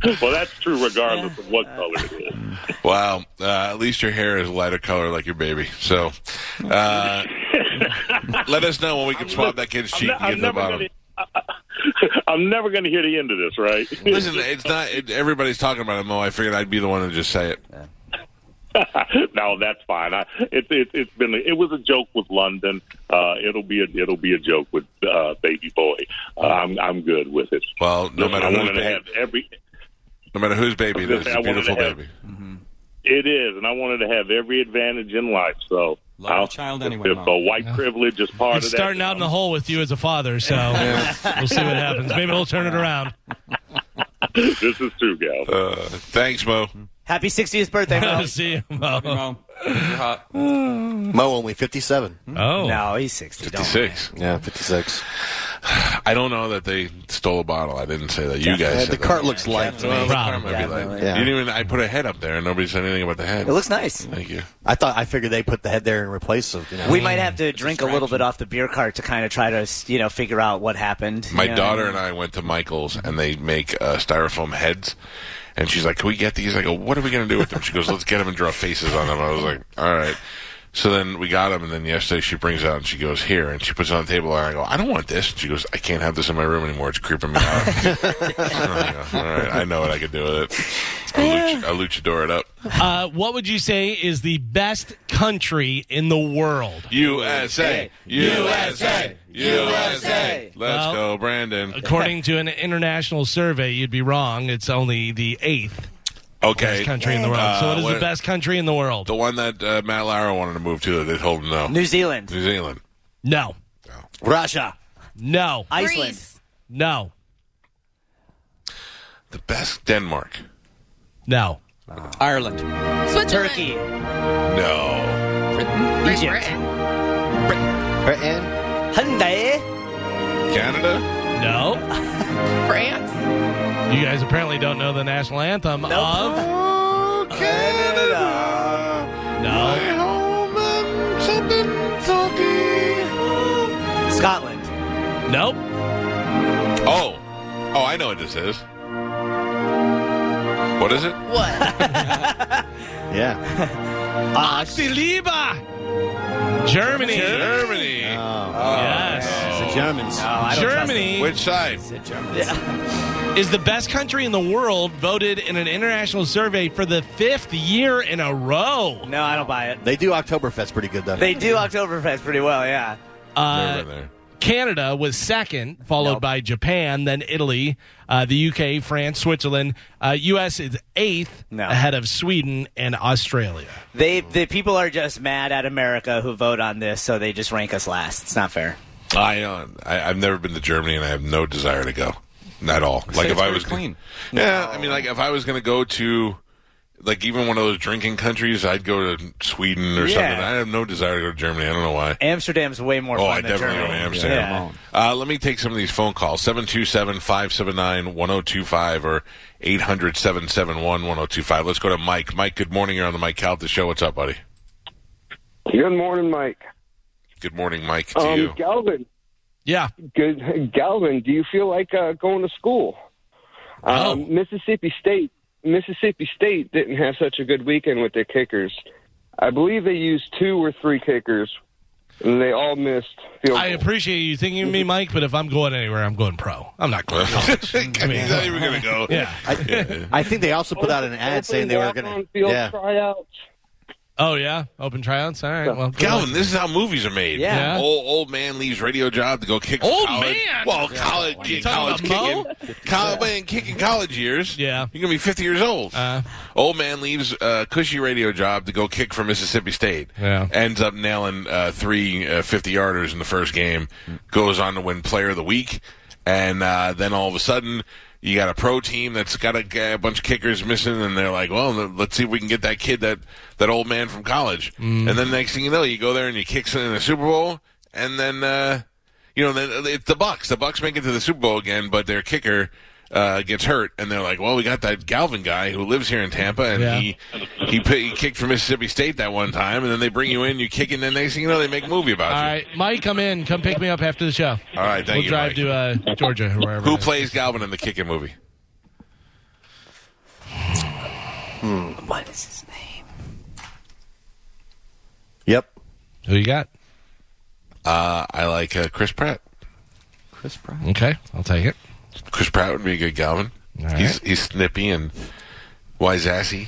Speaker 12: well, that's true regardless of what color it is.
Speaker 2: wow. Uh, at least your hair is lighter color like your baby. So uh, let us know when we can swab that kid's cheek and get to the bottom.
Speaker 12: gonna, I- I'm never going to hear the end of this, right?
Speaker 2: Listen, it's not. It, everybody's talking about it, Mo. I figured I'd be the one to just say it.
Speaker 12: no, that's fine. I, it, it, it's been it was a joke with London. Uh, it'll be a, it'll be a joke with uh, Baby Boy. Uh, I'm I'm good with it.
Speaker 2: Well, no
Speaker 12: Listen,
Speaker 2: matter
Speaker 12: I
Speaker 2: whose
Speaker 12: wanted to
Speaker 2: baby,
Speaker 12: have every
Speaker 2: no matter whose baby it
Speaker 12: I
Speaker 2: is, it's
Speaker 12: was gonna
Speaker 2: a
Speaker 12: say, I wanted to
Speaker 2: beautiful
Speaker 12: have-
Speaker 2: baby.
Speaker 12: It is, and I wanted to have every advantage in life. So,
Speaker 11: Love a
Speaker 12: I'll-
Speaker 11: child anyway,
Speaker 12: If
Speaker 11: Mom.
Speaker 12: the white privilege is part
Speaker 3: It's
Speaker 12: of that,
Speaker 3: starting out in the hole with you as a father, so we'll see what happens. Maybe he'll turn it around.
Speaker 12: this is true, Gal.
Speaker 2: Uh, thanks, Mo.
Speaker 4: Happy 60th birthday, Mo.
Speaker 3: see you, Mo.
Speaker 11: Mo. You're hot.
Speaker 8: Mo, only 57.
Speaker 3: Oh.
Speaker 4: No, he's 60. Don't worry.
Speaker 2: 56.
Speaker 8: Yeah, 56.
Speaker 2: I don't know that they stole a bottle. I didn't say that. You guys.
Speaker 8: Yeah,
Speaker 2: said
Speaker 8: the
Speaker 2: that.
Speaker 8: cart looks light to
Speaker 2: Well,
Speaker 8: me.
Speaker 2: the cart might be light.
Speaker 8: Yeah.
Speaker 2: You didn't even. I put a head up there, and nobody said anything about the head.
Speaker 4: It looks nice.
Speaker 2: Thank you.
Speaker 8: I thought I figured they put the head there and replaced it. You know?
Speaker 4: We might have to drink a little bit off the beer cart to kind of try to, you know, figure out what happened.
Speaker 2: My
Speaker 4: you know?
Speaker 2: daughter and I went to Michael's, and they make uh, styrofoam heads. And she's like, "Can we get these?" I go, "What are we going to do with them?" She goes, "Let's get them and draw faces on them." I was like, "All right." So then we got them, and then yesterday she brings it out and she goes here, and she puts it on the table, and I go, "I don't want this." And she goes, "I can't have this in my room anymore. It's creeping me out." I go, All right, I know what I can do with it. I luch- I luchador it up.
Speaker 3: Uh, what would you say is the best country in the world?
Speaker 2: USA, USA, USA. Let's
Speaker 3: Well,
Speaker 2: go, Brandon.
Speaker 3: According to an international survey, you'd be wrong. It's only the eighth
Speaker 2: Okay,
Speaker 3: best country in the world. so
Speaker 2: Uh,
Speaker 3: it is
Speaker 2: what-
Speaker 3: the best country in the world.
Speaker 2: The one that uh, Matt Lara wanted to move to that they told him no.
Speaker 4: New Zealand.
Speaker 2: New Zealand.
Speaker 3: No.
Speaker 8: Russia.
Speaker 3: No.
Speaker 4: Iceland.
Speaker 3: No.
Speaker 2: The best Denmark.
Speaker 3: No.
Speaker 11: Ireland.
Speaker 5: Switzerland.
Speaker 4: Turkey.
Speaker 2: No.
Speaker 5: Great
Speaker 4: Egypt.
Speaker 5: Britain.
Speaker 8: Britain.
Speaker 4: Hyundai.
Speaker 2: Canada?
Speaker 3: No. You guys apparently don't know the national anthem of. No.
Speaker 4: Scotland.
Speaker 3: Nope.
Speaker 2: Oh. Oh, I know what this is. What is it?
Speaker 8: Yeah.
Speaker 3: Oxyliba! Germany.
Speaker 2: Germany. Oh,
Speaker 3: Yes.
Speaker 4: Oh.
Speaker 8: It's the Germans.
Speaker 3: Germany.
Speaker 2: Which side?
Speaker 3: is the best country in the world voted in an international survey for the fifth year in a row.
Speaker 4: No, I don't buy it.
Speaker 8: They do Oktoberfest pretty good, though.
Speaker 4: They do Oktoberfest pretty well, yeah.
Speaker 3: Uh, Canada was second, followed by Japan, then Italy, uh, the UK, France, Switzerland. Uh, US is eighth, ahead of Sweden and Australia.
Speaker 4: They the people are just mad at America who vote on this, so they just rank us last. It's not fair.
Speaker 2: I know. I, I've never been to Germany, and I have no desire to go at all. Like if I was
Speaker 11: clean.
Speaker 2: Yeah, I mean, like if I was going to go to, like even one of those drinking countries, I'd go to Sweden or
Speaker 4: Yeah.
Speaker 2: something. I have no desire to go to Germany. I don't know why.
Speaker 4: Amsterdam's way more
Speaker 2: oh,
Speaker 4: fun
Speaker 2: I
Speaker 4: than
Speaker 2: definitely
Speaker 4: Germany.
Speaker 2: go to Amsterdam. Uh, let me take some of these phone calls: 727-579-1025 or 800-771-1025. Let's go to Mike. Mike, good morning. You're on the Mike Calta Show. What's up, buddy?
Speaker 14: Good morning, Mike.
Speaker 2: Good morning, Mike. To
Speaker 14: um,
Speaker 2: you.
Speaker 14: Galvin.
Speaker 3: Yeah.
Speaker 14: Good, Galvin. Do you feel like uh, going to school? Um, Mississippi State. Mississippi State didn't have such a good weekend with their kickers. I believe they used two or three kickers, and they all missed. Field
Speaker 3: I appreciate you thinking of me, Mike, but if I'm going anywhere, I'm going pro. I'm not going to college. I mean,
Speaker 2: you were going to go.
Speaker 3: Yeah.
Speaker 8: I, I think they also put out an ad saying they were going to. Yeah.
Speaker 14: Tryouts.
Speaker 3: Oh, yeah? Open tryouts? All right. Well, good
Speaker 2: Calvin,
Speaker 3: luck.
Speaker 2: this is how movies are made.
Speaker 3: Yeah. Yeah.
Speaker 2: Old, old man leaves radio job to go kick some
Speaker 3: Old
Speaker 2: college.
Speaker 3: man?
Speaker 2: Well, college,
Speaker 3: What are you
Speaker 2: college
Speaker 3: talking
Speaker 2: kicking.
Speaker 3: about,
Speaker 2: College, man, kicking college years.
Speaker 3: Yeah. Uh.
Speaker 2: You're going to be 50 years old. old man leaves uh, cushy radio job to go kick for Mississippi State.
Speaker 3: Yeah.
Speaker 2: Ends up nailing uh, three uh, 50 yarders in the first game. Goes on to win player of the week. And uh, then all of a sudden. You got a pro team that's got a, g- a bunch of kickers missing, and they're like, "Well, let's see if we can get that kid, that that old man from college."
Speaker 1: Mm.
Speaker 2: And then next thing you know, you go there and you kick something in the Super Bowl, and then uh, you know then uh, it's the Bucks. The Bucks make it to the Super Bowl again, but their kicker uh, gets hurt, and they're like, "Well, we got that Galvin guy who lives here in Tampa, and
Speaker 3: Yeah.
Speaker 2: he he, pi he kicked for Mississippi State that one time, and then they bring you in, you kick, and then next thing you know, they make a movie about
Speaker 3: All
Speaker 2: you."
Speaker 3: right, Mike, come in. Come pick me up after the show.
Speaker 2: All right, thank
Speaker 3: we'll
Speaker 2: you,
Speaker 3: drive
Speaker 2: Mike.
Speaker 3: to uh, Georgia, or wherever.
Speaker 2: Who
Speaker 3: it is.
Speaker 2: plays Galvin in the kicking movie?
Speaker 4: What is his name?
Speaker 8: Yep.
Speaker 3: Who you got?
Speaker 2: Uh, I like uh, Chris Pratt.
Speaker 11: Chris Pratt.
Speaker 3: Okay, I'll take it.
Speaker 2: Chris Pratt would be a good Galvin.
Speaker 3: right.
Speaker 2: He's he's snippy and wise assy.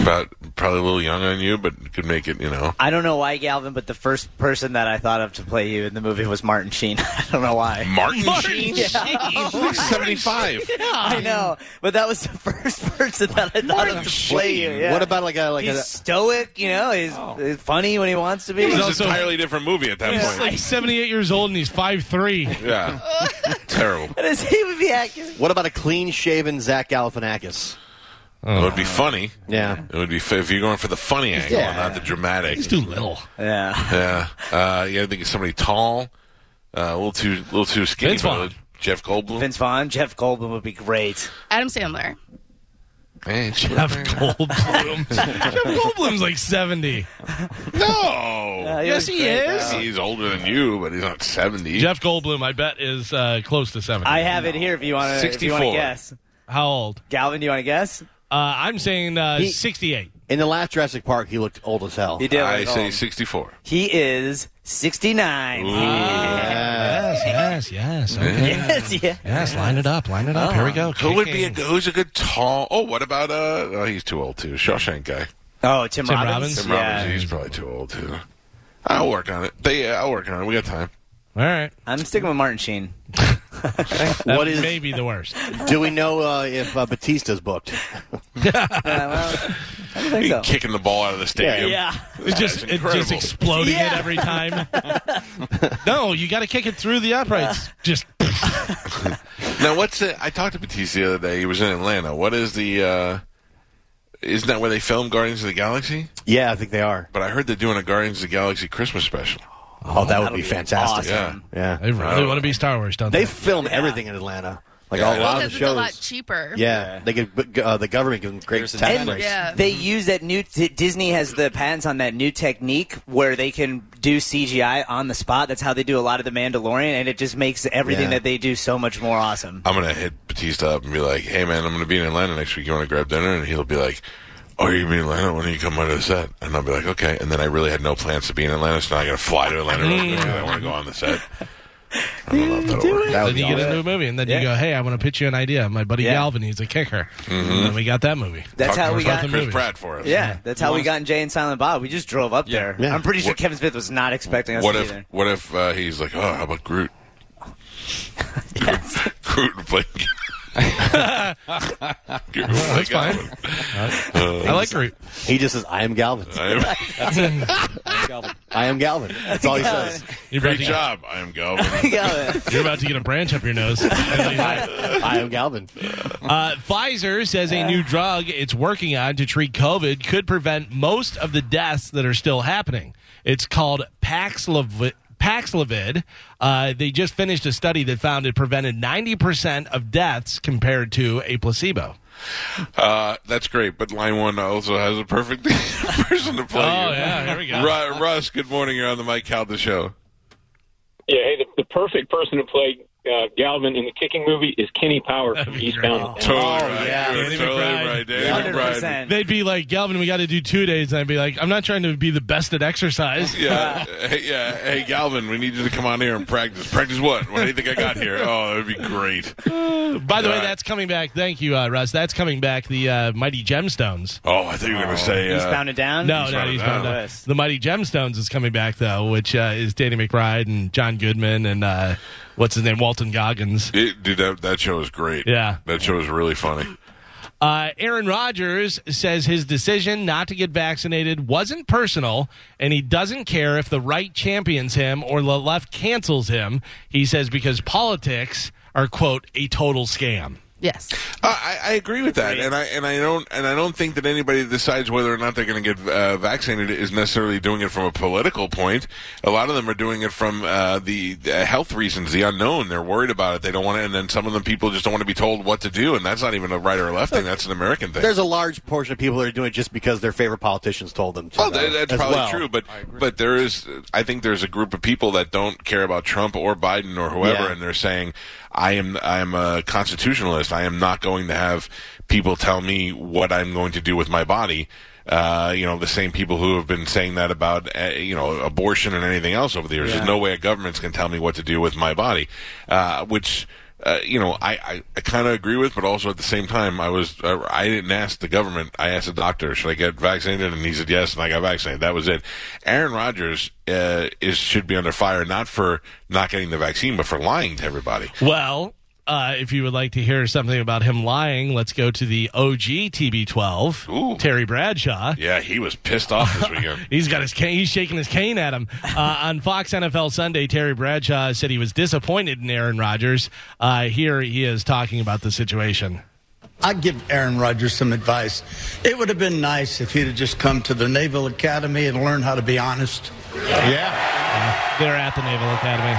Speaker 2: About probably a little young on you, but could make it. You know,
Speaker 4: I don't know why, Galvin, but the first person that I thought of to play you in the movie was Martin Sheen. I don't know why.
Speaker 2: Martin,
Speaker 4: Sheen? Yeah.
Speaker 2: He's seventy-five.
Speaker 4: I know, but that was the first person that I thought of to play you. yeah.
Speaker 8: What about like a like
Speaker 4: he's
Speaker 8: a
Speaker 4: stoic? You know, he's, he's funny when he wants to be.
Speaker 2: It was an entirely different movie at that
Speaker 3: He's
Speaker 2: point.
Speaker 3: like 78 years old and he's 5'3.
Speaker 2: Yeah, terrible.
Speaker 4: What is he would be accurate?
Speaker 8: What about a clean shaven Zach Galifianakis?
Speaker 2: It would be funny.
Speaker 8: Yeah.
Speaker 2: It would be f- if you're going for the funny angle,
Speaker 8: Yeah.
Speaker 2: not the dramatic.
Speaker 3: He's too little.
Speaker 4: Yeah.
Speaker 2: Yeah, uh, you got to think of somebody tall, uh, a little too, little too skinny.
Speaker 4: Vince Vaughn.
Speaker 2: but Jeff Goldblum.
Speaker 4: Vince Vaughn, Jeff Goldblum would be great.
Speaker 5: Adam Sandler.
Speaker 2: Hey,
Speaker 3: Jeff Goldblum. Jeff Goldblum's like 70.
Speaker 2: No.
Speaker 4: Uh,
Speaker 3: he Yes, was he great, is. though.
Speaker 2: He's older than you, but he's not seventy.
Speaker 3: Jeff Goldblum, I bet, is uh, close to 70.
Speaker 4: I have it here if you want to. If you want to
Speaker 3: 64.
Speaker 4: guess,
Speaker 3: How old?
Speaker 4: Galvin, do you want to guess?
Speaker 3: Uh, I'm saying uh, 68.
Speaker 8: In the last Jurassic Park, he looked old as hell.
Speaker 4: He did.
Speaker 2: I
Speaker 4: look
Speaker 2: say
Speaker 4: old.
Speaker 2: sixty-four.
Speaker 4: He is sixty-nine.
Speaker 3: Yes, yes, yes. Okay.
Speaker 4: Yes, yeah.
Speaker 3: Yes, line it up, line it up. Here we go.
Speaker 2: Who would be a
Speaker 3: Kicking.
Speaker 2: good, who's a good tall? Oh, what about uh? Oh, he's too old too. Shawshank guy.
Speaker 4: Oh, Tim,
Speaker 3: Tim
Speaker 4: Robbins.
Speaker 3: Robbins?
Speaker 2: Tim
Speaker 4: yeah.
Speaker 2: Robbins. He's probably too old too. I'll work on it. They, uh, I'll work on it. We got time.
Speaker 3: All right.
Speaker 4: I'm sticking with Martin Sheen.
Speaker 3: That
Speaker 8: What is-
Speaker 3: may be the worst.
Speaker 8: Do we know uh, if uh, Batista's booked?
Speaker 4: Uh, well, I don't think so.
Speaker 2: Kicking the ball out of the stadium.
Speaker 4: Yeah.
Speaker 3: It's
Speaker 2: That's
Speaker 3: just it just
Speaker 2: incredible.
Speaker 3: exploding
Speaker 4: Yeah.
Speaker 3: it every time. no, you got to kick it through the uprights. Just
Speaker 2: Now, what's it? I talked to Batista the other day. He was in Atlanta. What is the? uh Isn't that where they filmed Guardians of the Galaxy?
Speaker 8: yeah, I think they are.
Speaker 2: But I heard they're doing a Guardians of the Galaxy Christmas special.
Speaker 8: Oh, that would
Speaker 4: that'll
Speaker 8: be
Speaker 4: be
Speaker 8: fantastic.
Speaker 4: awesome.
Speaker 8: Yeah.
Speaker 2: Yeah.
Speaker 3: they really want to be Star Wars, don't they?
Speaker 8: They film everything in Atlanta. Like all a lot
Speaker 5: Because
Speaker 8: of
Speaker 5: it's
Speaker 8: the shows.
Speaker 5: a lot cheaper.
Speaker 8: Yeah, they could. Uh, the government gives them great tax
Speaker 4: And
Speaker 8: breaks.
Speaker 4: they use that new. T- Disney has the patents on that new technique where they can do CGI on the spot. That's how they do a lot of the Mandalorian, and it just makes everything
Speaker 2: Yeah.
Speaker 4: that they do so much more awesome.
Speaker 2: I'm gonna hit Batista up and be like, "Hey man, I'm gonna be in Atlanta next week. You want to grab dinner?" And he'll be like, "Oh, you're gonna be in Atlanta? When do you come by to the set?" And I'll be like, "Okay." And then I really had no plans to be in Atlanta, so now I gotta fly to Atlanta real quick 'cause I want to go on the set. I don't know if that'll work.
Speaker 3: then you get into a movie, and then you go, "Hey, I want to pitch you an idea. My buddy
Speaker 2: Yeah.
Speaker 3: Galvin, he's a kicker."
Speaker 2: Mhm.
Speaker 3: And then we got that movie.
Speaker 4: That's how we got
Speaker 3: Something movies.
Speaker 4: Yeah, that's how we got in Jay and Silent Bob. We just drove up there. I'm pretty sure
Speaker 2: What-
Speaker 4: Kevin Smith was not expecting us
Speaker 2: What
Speaker 4: to
Speaker 2: if?
Speaker 4: be there.
Speaker 2: What if uh, he's like, "Oh, how about Groot?" Groot and Blake. Groot and Blake Allen. Uh,
Speaker 8: He just- He just says, "I am Galvin."
Speaker 2: I am-
Speaker 8: I am Galvin. That's all he
Speaker 2: Galvin.
Speaker 8: says.
Speaker 3: You're
Speaker 2: Great job. I am Galvin.
Speaker 4: Galvin.
Speaker 3: You're about to get a branch up your nose.
Speaker 8: I am Galvin.
Speaker 3: Uh, Pfizer says a new drug it's working on to treat COVID could prevent most of the deaths that are still happening. It's called Paxlovid. Paxlovid. Uh, they just finished a study that found it prevented 90% of deaths compared to a placebo.
Speaker 2: Uh, that's great, but line one also has a perfect person to play.
Speaker 3: Oh,
Speaker 2: you.
Speaker 3: yeah, here we go.
Speaker 2: Ru- Russ, good morning. You're on the Mike Calda show.
Speaker 15: Yeah, hey, the, the perfect person to play uh, Galvin in the kicking movie is Kenny Power from
Speaker 12: Oh,
Speaker 15: Eastbound.
Speaker 2: Totally right. You're totally right, Danny McBride.
Speaker 3: They'd be like, Galvin, we got to do two days. And I'd be like, I'm not trying to be the best at exercise.
Speaker 2: Yeah, hey, yeah. Hey, Galvin, we need you to come on here and practice. Practice what? What do you think I got here? Oh, that'd be great.
Speaker 3: By the way,
Speaker 2: Yeah.
Speaker 3: that's coming back. Thank you, uh, Russ. That's coming back. The uh, Mighty Gemstones.
Speaker 2: Oh, I thought you were going to say uh,
Speaker 4: Eastbound and Down?
Speaker 3: No,
Speaker 4: He's
Speaker 3: no,
Speaker 4: found it
Speaker 3: he's found
Speaker 4: down.
Speaker 3: it. The Mighty Gemstones is coming back though, which uh, is Danny McBride and John Goodman and uh, what's his name, Walton Goggins.
Speaker 2: It, dude, that, that show is great.
Speaker 3: Yeah.
Speaker 2: that show is really funny.
Speaker 3: Uh, Aaron Rodgers says his decision not to get vaccinated wasn't personal, and he doesn't care if the right champions him or the left cancels him. He says because politics are quote a total scam.
Speaker 5: Yes.
Speaker 2: Uh, I, I agree with that, and I and I don't and I don't think that anybody that decides whether or not they're going to get uh, vaccinated is necessarily doing it from a political point. A lot of them are doing it from uh, the uh, health reasons, the unknown. They're worried about it. They don't want to, and then some of them people just don't want to be told what to do, and that's not even a right or a left thing. That's an American thing.
Speaker 8: There's a large portion of people that are doing it just because their favorite politicians told them to.
Speaker 2: Well,
Speaker 8: though,
Speaker 2: th- Oh, that's
Speaker 8: as
Speaker 2: probably
Speaker 8: well.
Speaker 2: true, but but there is, I think there's a group of people that don't care about Trump or Biden or whoever,
Speaker 8: Yeah.
Speaker 2: and they're saying, I am I am a constitutionalist. I am not going to have people tell me what I'm going to do with my body. Uh, you know, the same people who have been saying that about uh, you know abortion and anything else over the years.
Speaker 1: Yeah.
Speaker 2: There's no way a government's going to tell me what to do with my body, uh, which. Uh, you know, I, I, I kind of agree with, but also at the same time, I was uh, I didn't ask the government. I asked the doctor, should I get vaccinated, and he said yes, and I got vaccinated. That was it. Aaron Rodgers uh, is should be under fire not for not getting the vaccine, but for lying to everybody.
Speaker 3: Well, uh, if you would like to hear something about him lying, let's go to the OG TB12, Terry Bradshaw.
Speaker 2: Yeah, he was pissed off this weekend.
Speaker 3: He's got his cane. He's shaking his cane at him uh, on Fox NFL Sunday. Terry Bradshaw said he was disappointed in Aaron Rodgers. Uh, here he is talking about the situation.
Speaker 16: I'd give Aaron Rodgers some advice. It would have been nice if he'd have just come to the Naval Academy and learned how to be honest.
Speaker 3: Yeah. They're at the Naval Academy.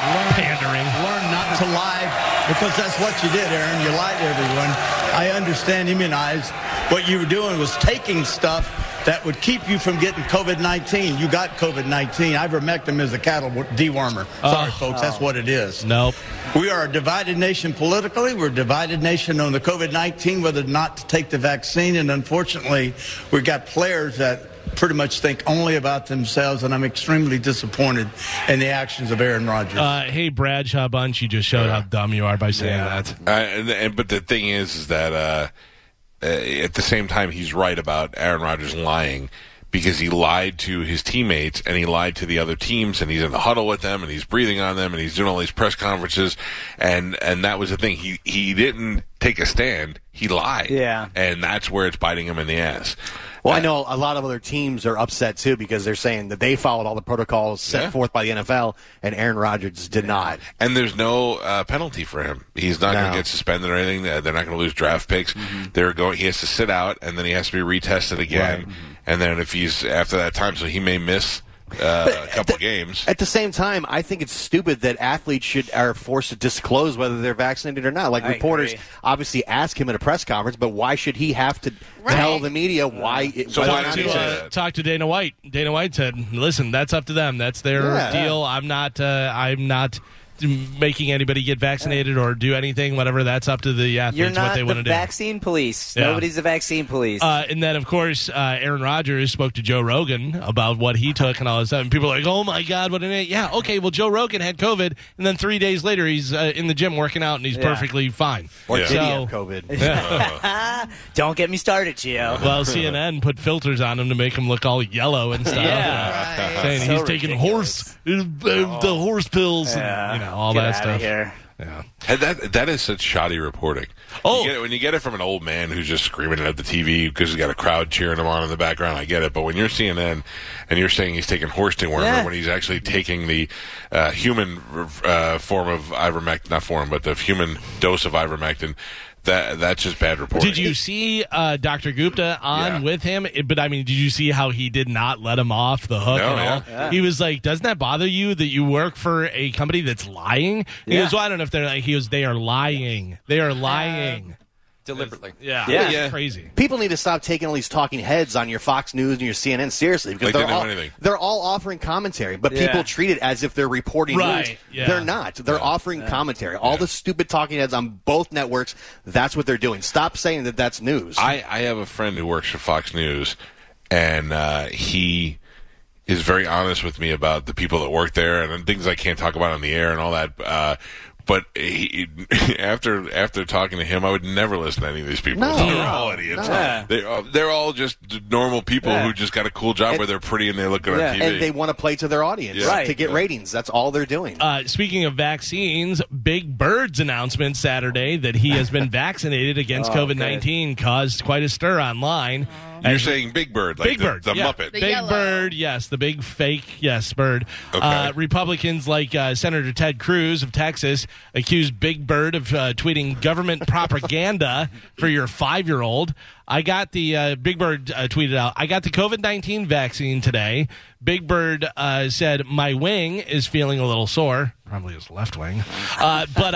Speaker 16: Learn, Pandering. Learn not to lie because that's what you did, Aaron. You lied to everyone. I understand immunized. What you were doing was taking stuff that would keep you from getting COVID 19. You got COVID 19. Ivermectin is a cattle dewormer. Sorry,
Speaker 3: Oh.
Speaker 16: folks. That's what it is.
Speaker 3: Nope.
Speaker 16: We are a divided nation politically. We're a divided nation on the COVID 19, whether or not to take the vaccine. And unfortunately, we've got players that pretty much think only about themselves. And I'm extremely disappointed in the actions of Aaron Rodgers.
Speaker 3: Uh, hey, Bradshaw Bunch, you just showed how dumb you are by saying that.
Speaker 2: Uh, and, and but the thing is, is that uh, uh, at the same time, he's right about Aaron Rodgers lying because he lied to his teammates and he lied to the other teams and he's in the huddle with them and he's breathing on them and he's doing all these press conferences and and that was the thing he he didn't take a stand he lied
Speaker 8: Yeah.
Speaker 2: and that's where it's biting him in the ass
Speaker 8: Well, I know a lot of other teams are upset too because they're saying that they followed all the protocols set
Speaker 2: Yeah.
Speaker 8: forth by the NFL, and Aaron Rodgers did not.
Speaker 2: and there's no uh, penalty for him. He's not going
Speaker 8: No.
Speaker 2: to get suspended or anything. They're they're not going to lose draft picks.
Speaker 4: Mm-hmm.
Speaker 2: They're going. He has to
Speaker 4: Mm-hmm.
Speaker 2: sit out, and then he has to be retested again. And then if he's after that time, so he may miss uh, a couple games.
Speaker 8: At the same time, I think it's stupid that athletes should are forced to disclose whether they're vaccinated or not. Like
Speaker 4: I
Speaker 8: reporters
Speaker 4: agree.
Speaker 8: obviously ask him at a press conference, but why should he have to tell the media why? It,
Speaker 3: So why
Speaker 8: not
Speaker 3: don't you
Speaker 8: to-
Speaker 3: uh, talk to Dana White? Dana White said, "Listen, that's up to them. That's their
Speaker 8: Yeah.
Speaker 3: deal. I'm not. Uh, I'm not." Making anybody get vaccinated or do anything, whatever, that's up to the athletes
Speaker 4: You're
Speaker 3: what
Speaker 4: not
Speaker 3: they
Speaker 4: the
Speaker 3: want to do.
Speaker 4: vaccine police.
Speaker 3: Yeah.
Speaker 4: Nobody's the vaccine police.
Speaker 3: Uh, and then, of course, uh, Aaron Rodgers spoke to Joe Rogan about what he took and all this stuff. And people are like, oh my God, what an idiot. Yeah, okay, well, Joe Rogan had COVID. And then three days later, he's uh, in the gym working out and he's
Speaker 4: Yeah.
Speaker 3: perfectly fine.
Speaker 4: Or did he have
Speaker 8: COVID?
Speaker 4: Don't get me started, Gio.
Speaker 3: Well, CNN put filters on him to make him look all yellow and stuff.
Speaker 4: Yeah.
Speaker 3: You know,
Speaker 2: Uh-huh.
Speaker 4: Right.
Speaker 3: saying
Speaker 4: So
Speaker 3: he's taking horse, uh, uh, the horse pills,
Speaker 2: Oh. Yeah.
Speaker 3: and you know, all
Speaker 2: Get
Speaker 3: that
Speaker 2: outta
Speaker 3: stuff.
Speaker 2: here.
Speaker 3: Yeah.
Speaker 2: And that that is such shoddy reporting. Oh, you get it, when you get it from an old man who's just screaming it at the TV because he's got a crowd cheering him on in the background, I get it. But when you're CNN and you're saying he's taking horse dewormer
Speaker 1: Yeah.
Speaker 2: when he's actually taking the uh, human uh, form of ivermectin, not form, but the human dose of ivermectin, that that's just bad reporting.
Speaker 3: Did you see uh, Dr. Gupta on with him? It- but I mean, did you see how he did not let him off the hook
Speaker 2: No,
Speaker 3: at all?
Speaker 2: yeah. Yeah.
Speaker 3: He was like, "Doesn't that bother you that you work for a company that's lying?" He
Speaker 2: Yeah.
Speaker 3: goes, well, "I don't know if they're like." He goes, "They are lying. They are lying."
Speaker 11: Deliberately.
Speaker 3: Yeah.
Speaker 8: Yeah.
Speaker 3: It's crazy.
Speaker 8: People need to stop taking all these talking heads on your Fox News and your CNN seriously because
Speaker 3: Like,
Speaker 8: they're
Speaker 3: they know
Speaker 8: all,
Speaker 3: anything.
Speaker 8: they're all offering commentary, but
Speaker 3: Yeah.
Speaker 8: people treat it as if they're reporting
Speaker 3: Right,
Speaker 8: news.
Speaker 3: yeah.
Speaker 8: They're not. They're offering commentary. All the stupid talking heads on both networks, that's what they're doing. Stop saying that that's news.
Speaker 2: I, I have a friend who works for Fox News, and uh, he is very honest with me about the people that work there and things I can't talk about on the air and all that. Uh, but he, after after talking to him, I would never listen to any of these people.
Speaker 1: No.
Speaker 2: they're all idiots.
Speaker 1: No.
Speaker 2: They are, they're all just normal people who just got a cool job where they're pretty and they look good on TV.
Speaker 8: And they want to play to their audience
Speaker 2: Yeah. Right.
Speaker 8: to get
Speaker 2: Yeah.
Speaker 8: ratings. That's all they're doing.
Speaker 3: Uh, speaking of vaccines, Big Bird's announcement Saturday that he has been vaccinated against
Speaker 2: Oh,
Speaker 3: COVID 19 caused quite a stir online.
Speaker 2: You're
Speaker 3: As-
Speaker 2: saying Big Bird, like
Speaker 3: Big
Speaker 2: the,
Speaker 3: Bird,
Speaker 2: the
Speaker 3: yeah.
Speaker 2: Muppet.
Speaker 3: Big Bird, yes, the big fake, yes, Bird. Uh, Republicans like uh, Senator Ted Cruz of Texas accused Big Bird of uh, tweeting government propaganda for your five-year-old. I got the uh, Big Bird uh, tweeted out. I got the COVID nineteen vaccine today. Big Bird uh, said my wing is feeling a little sore, probably his left wing, uh, but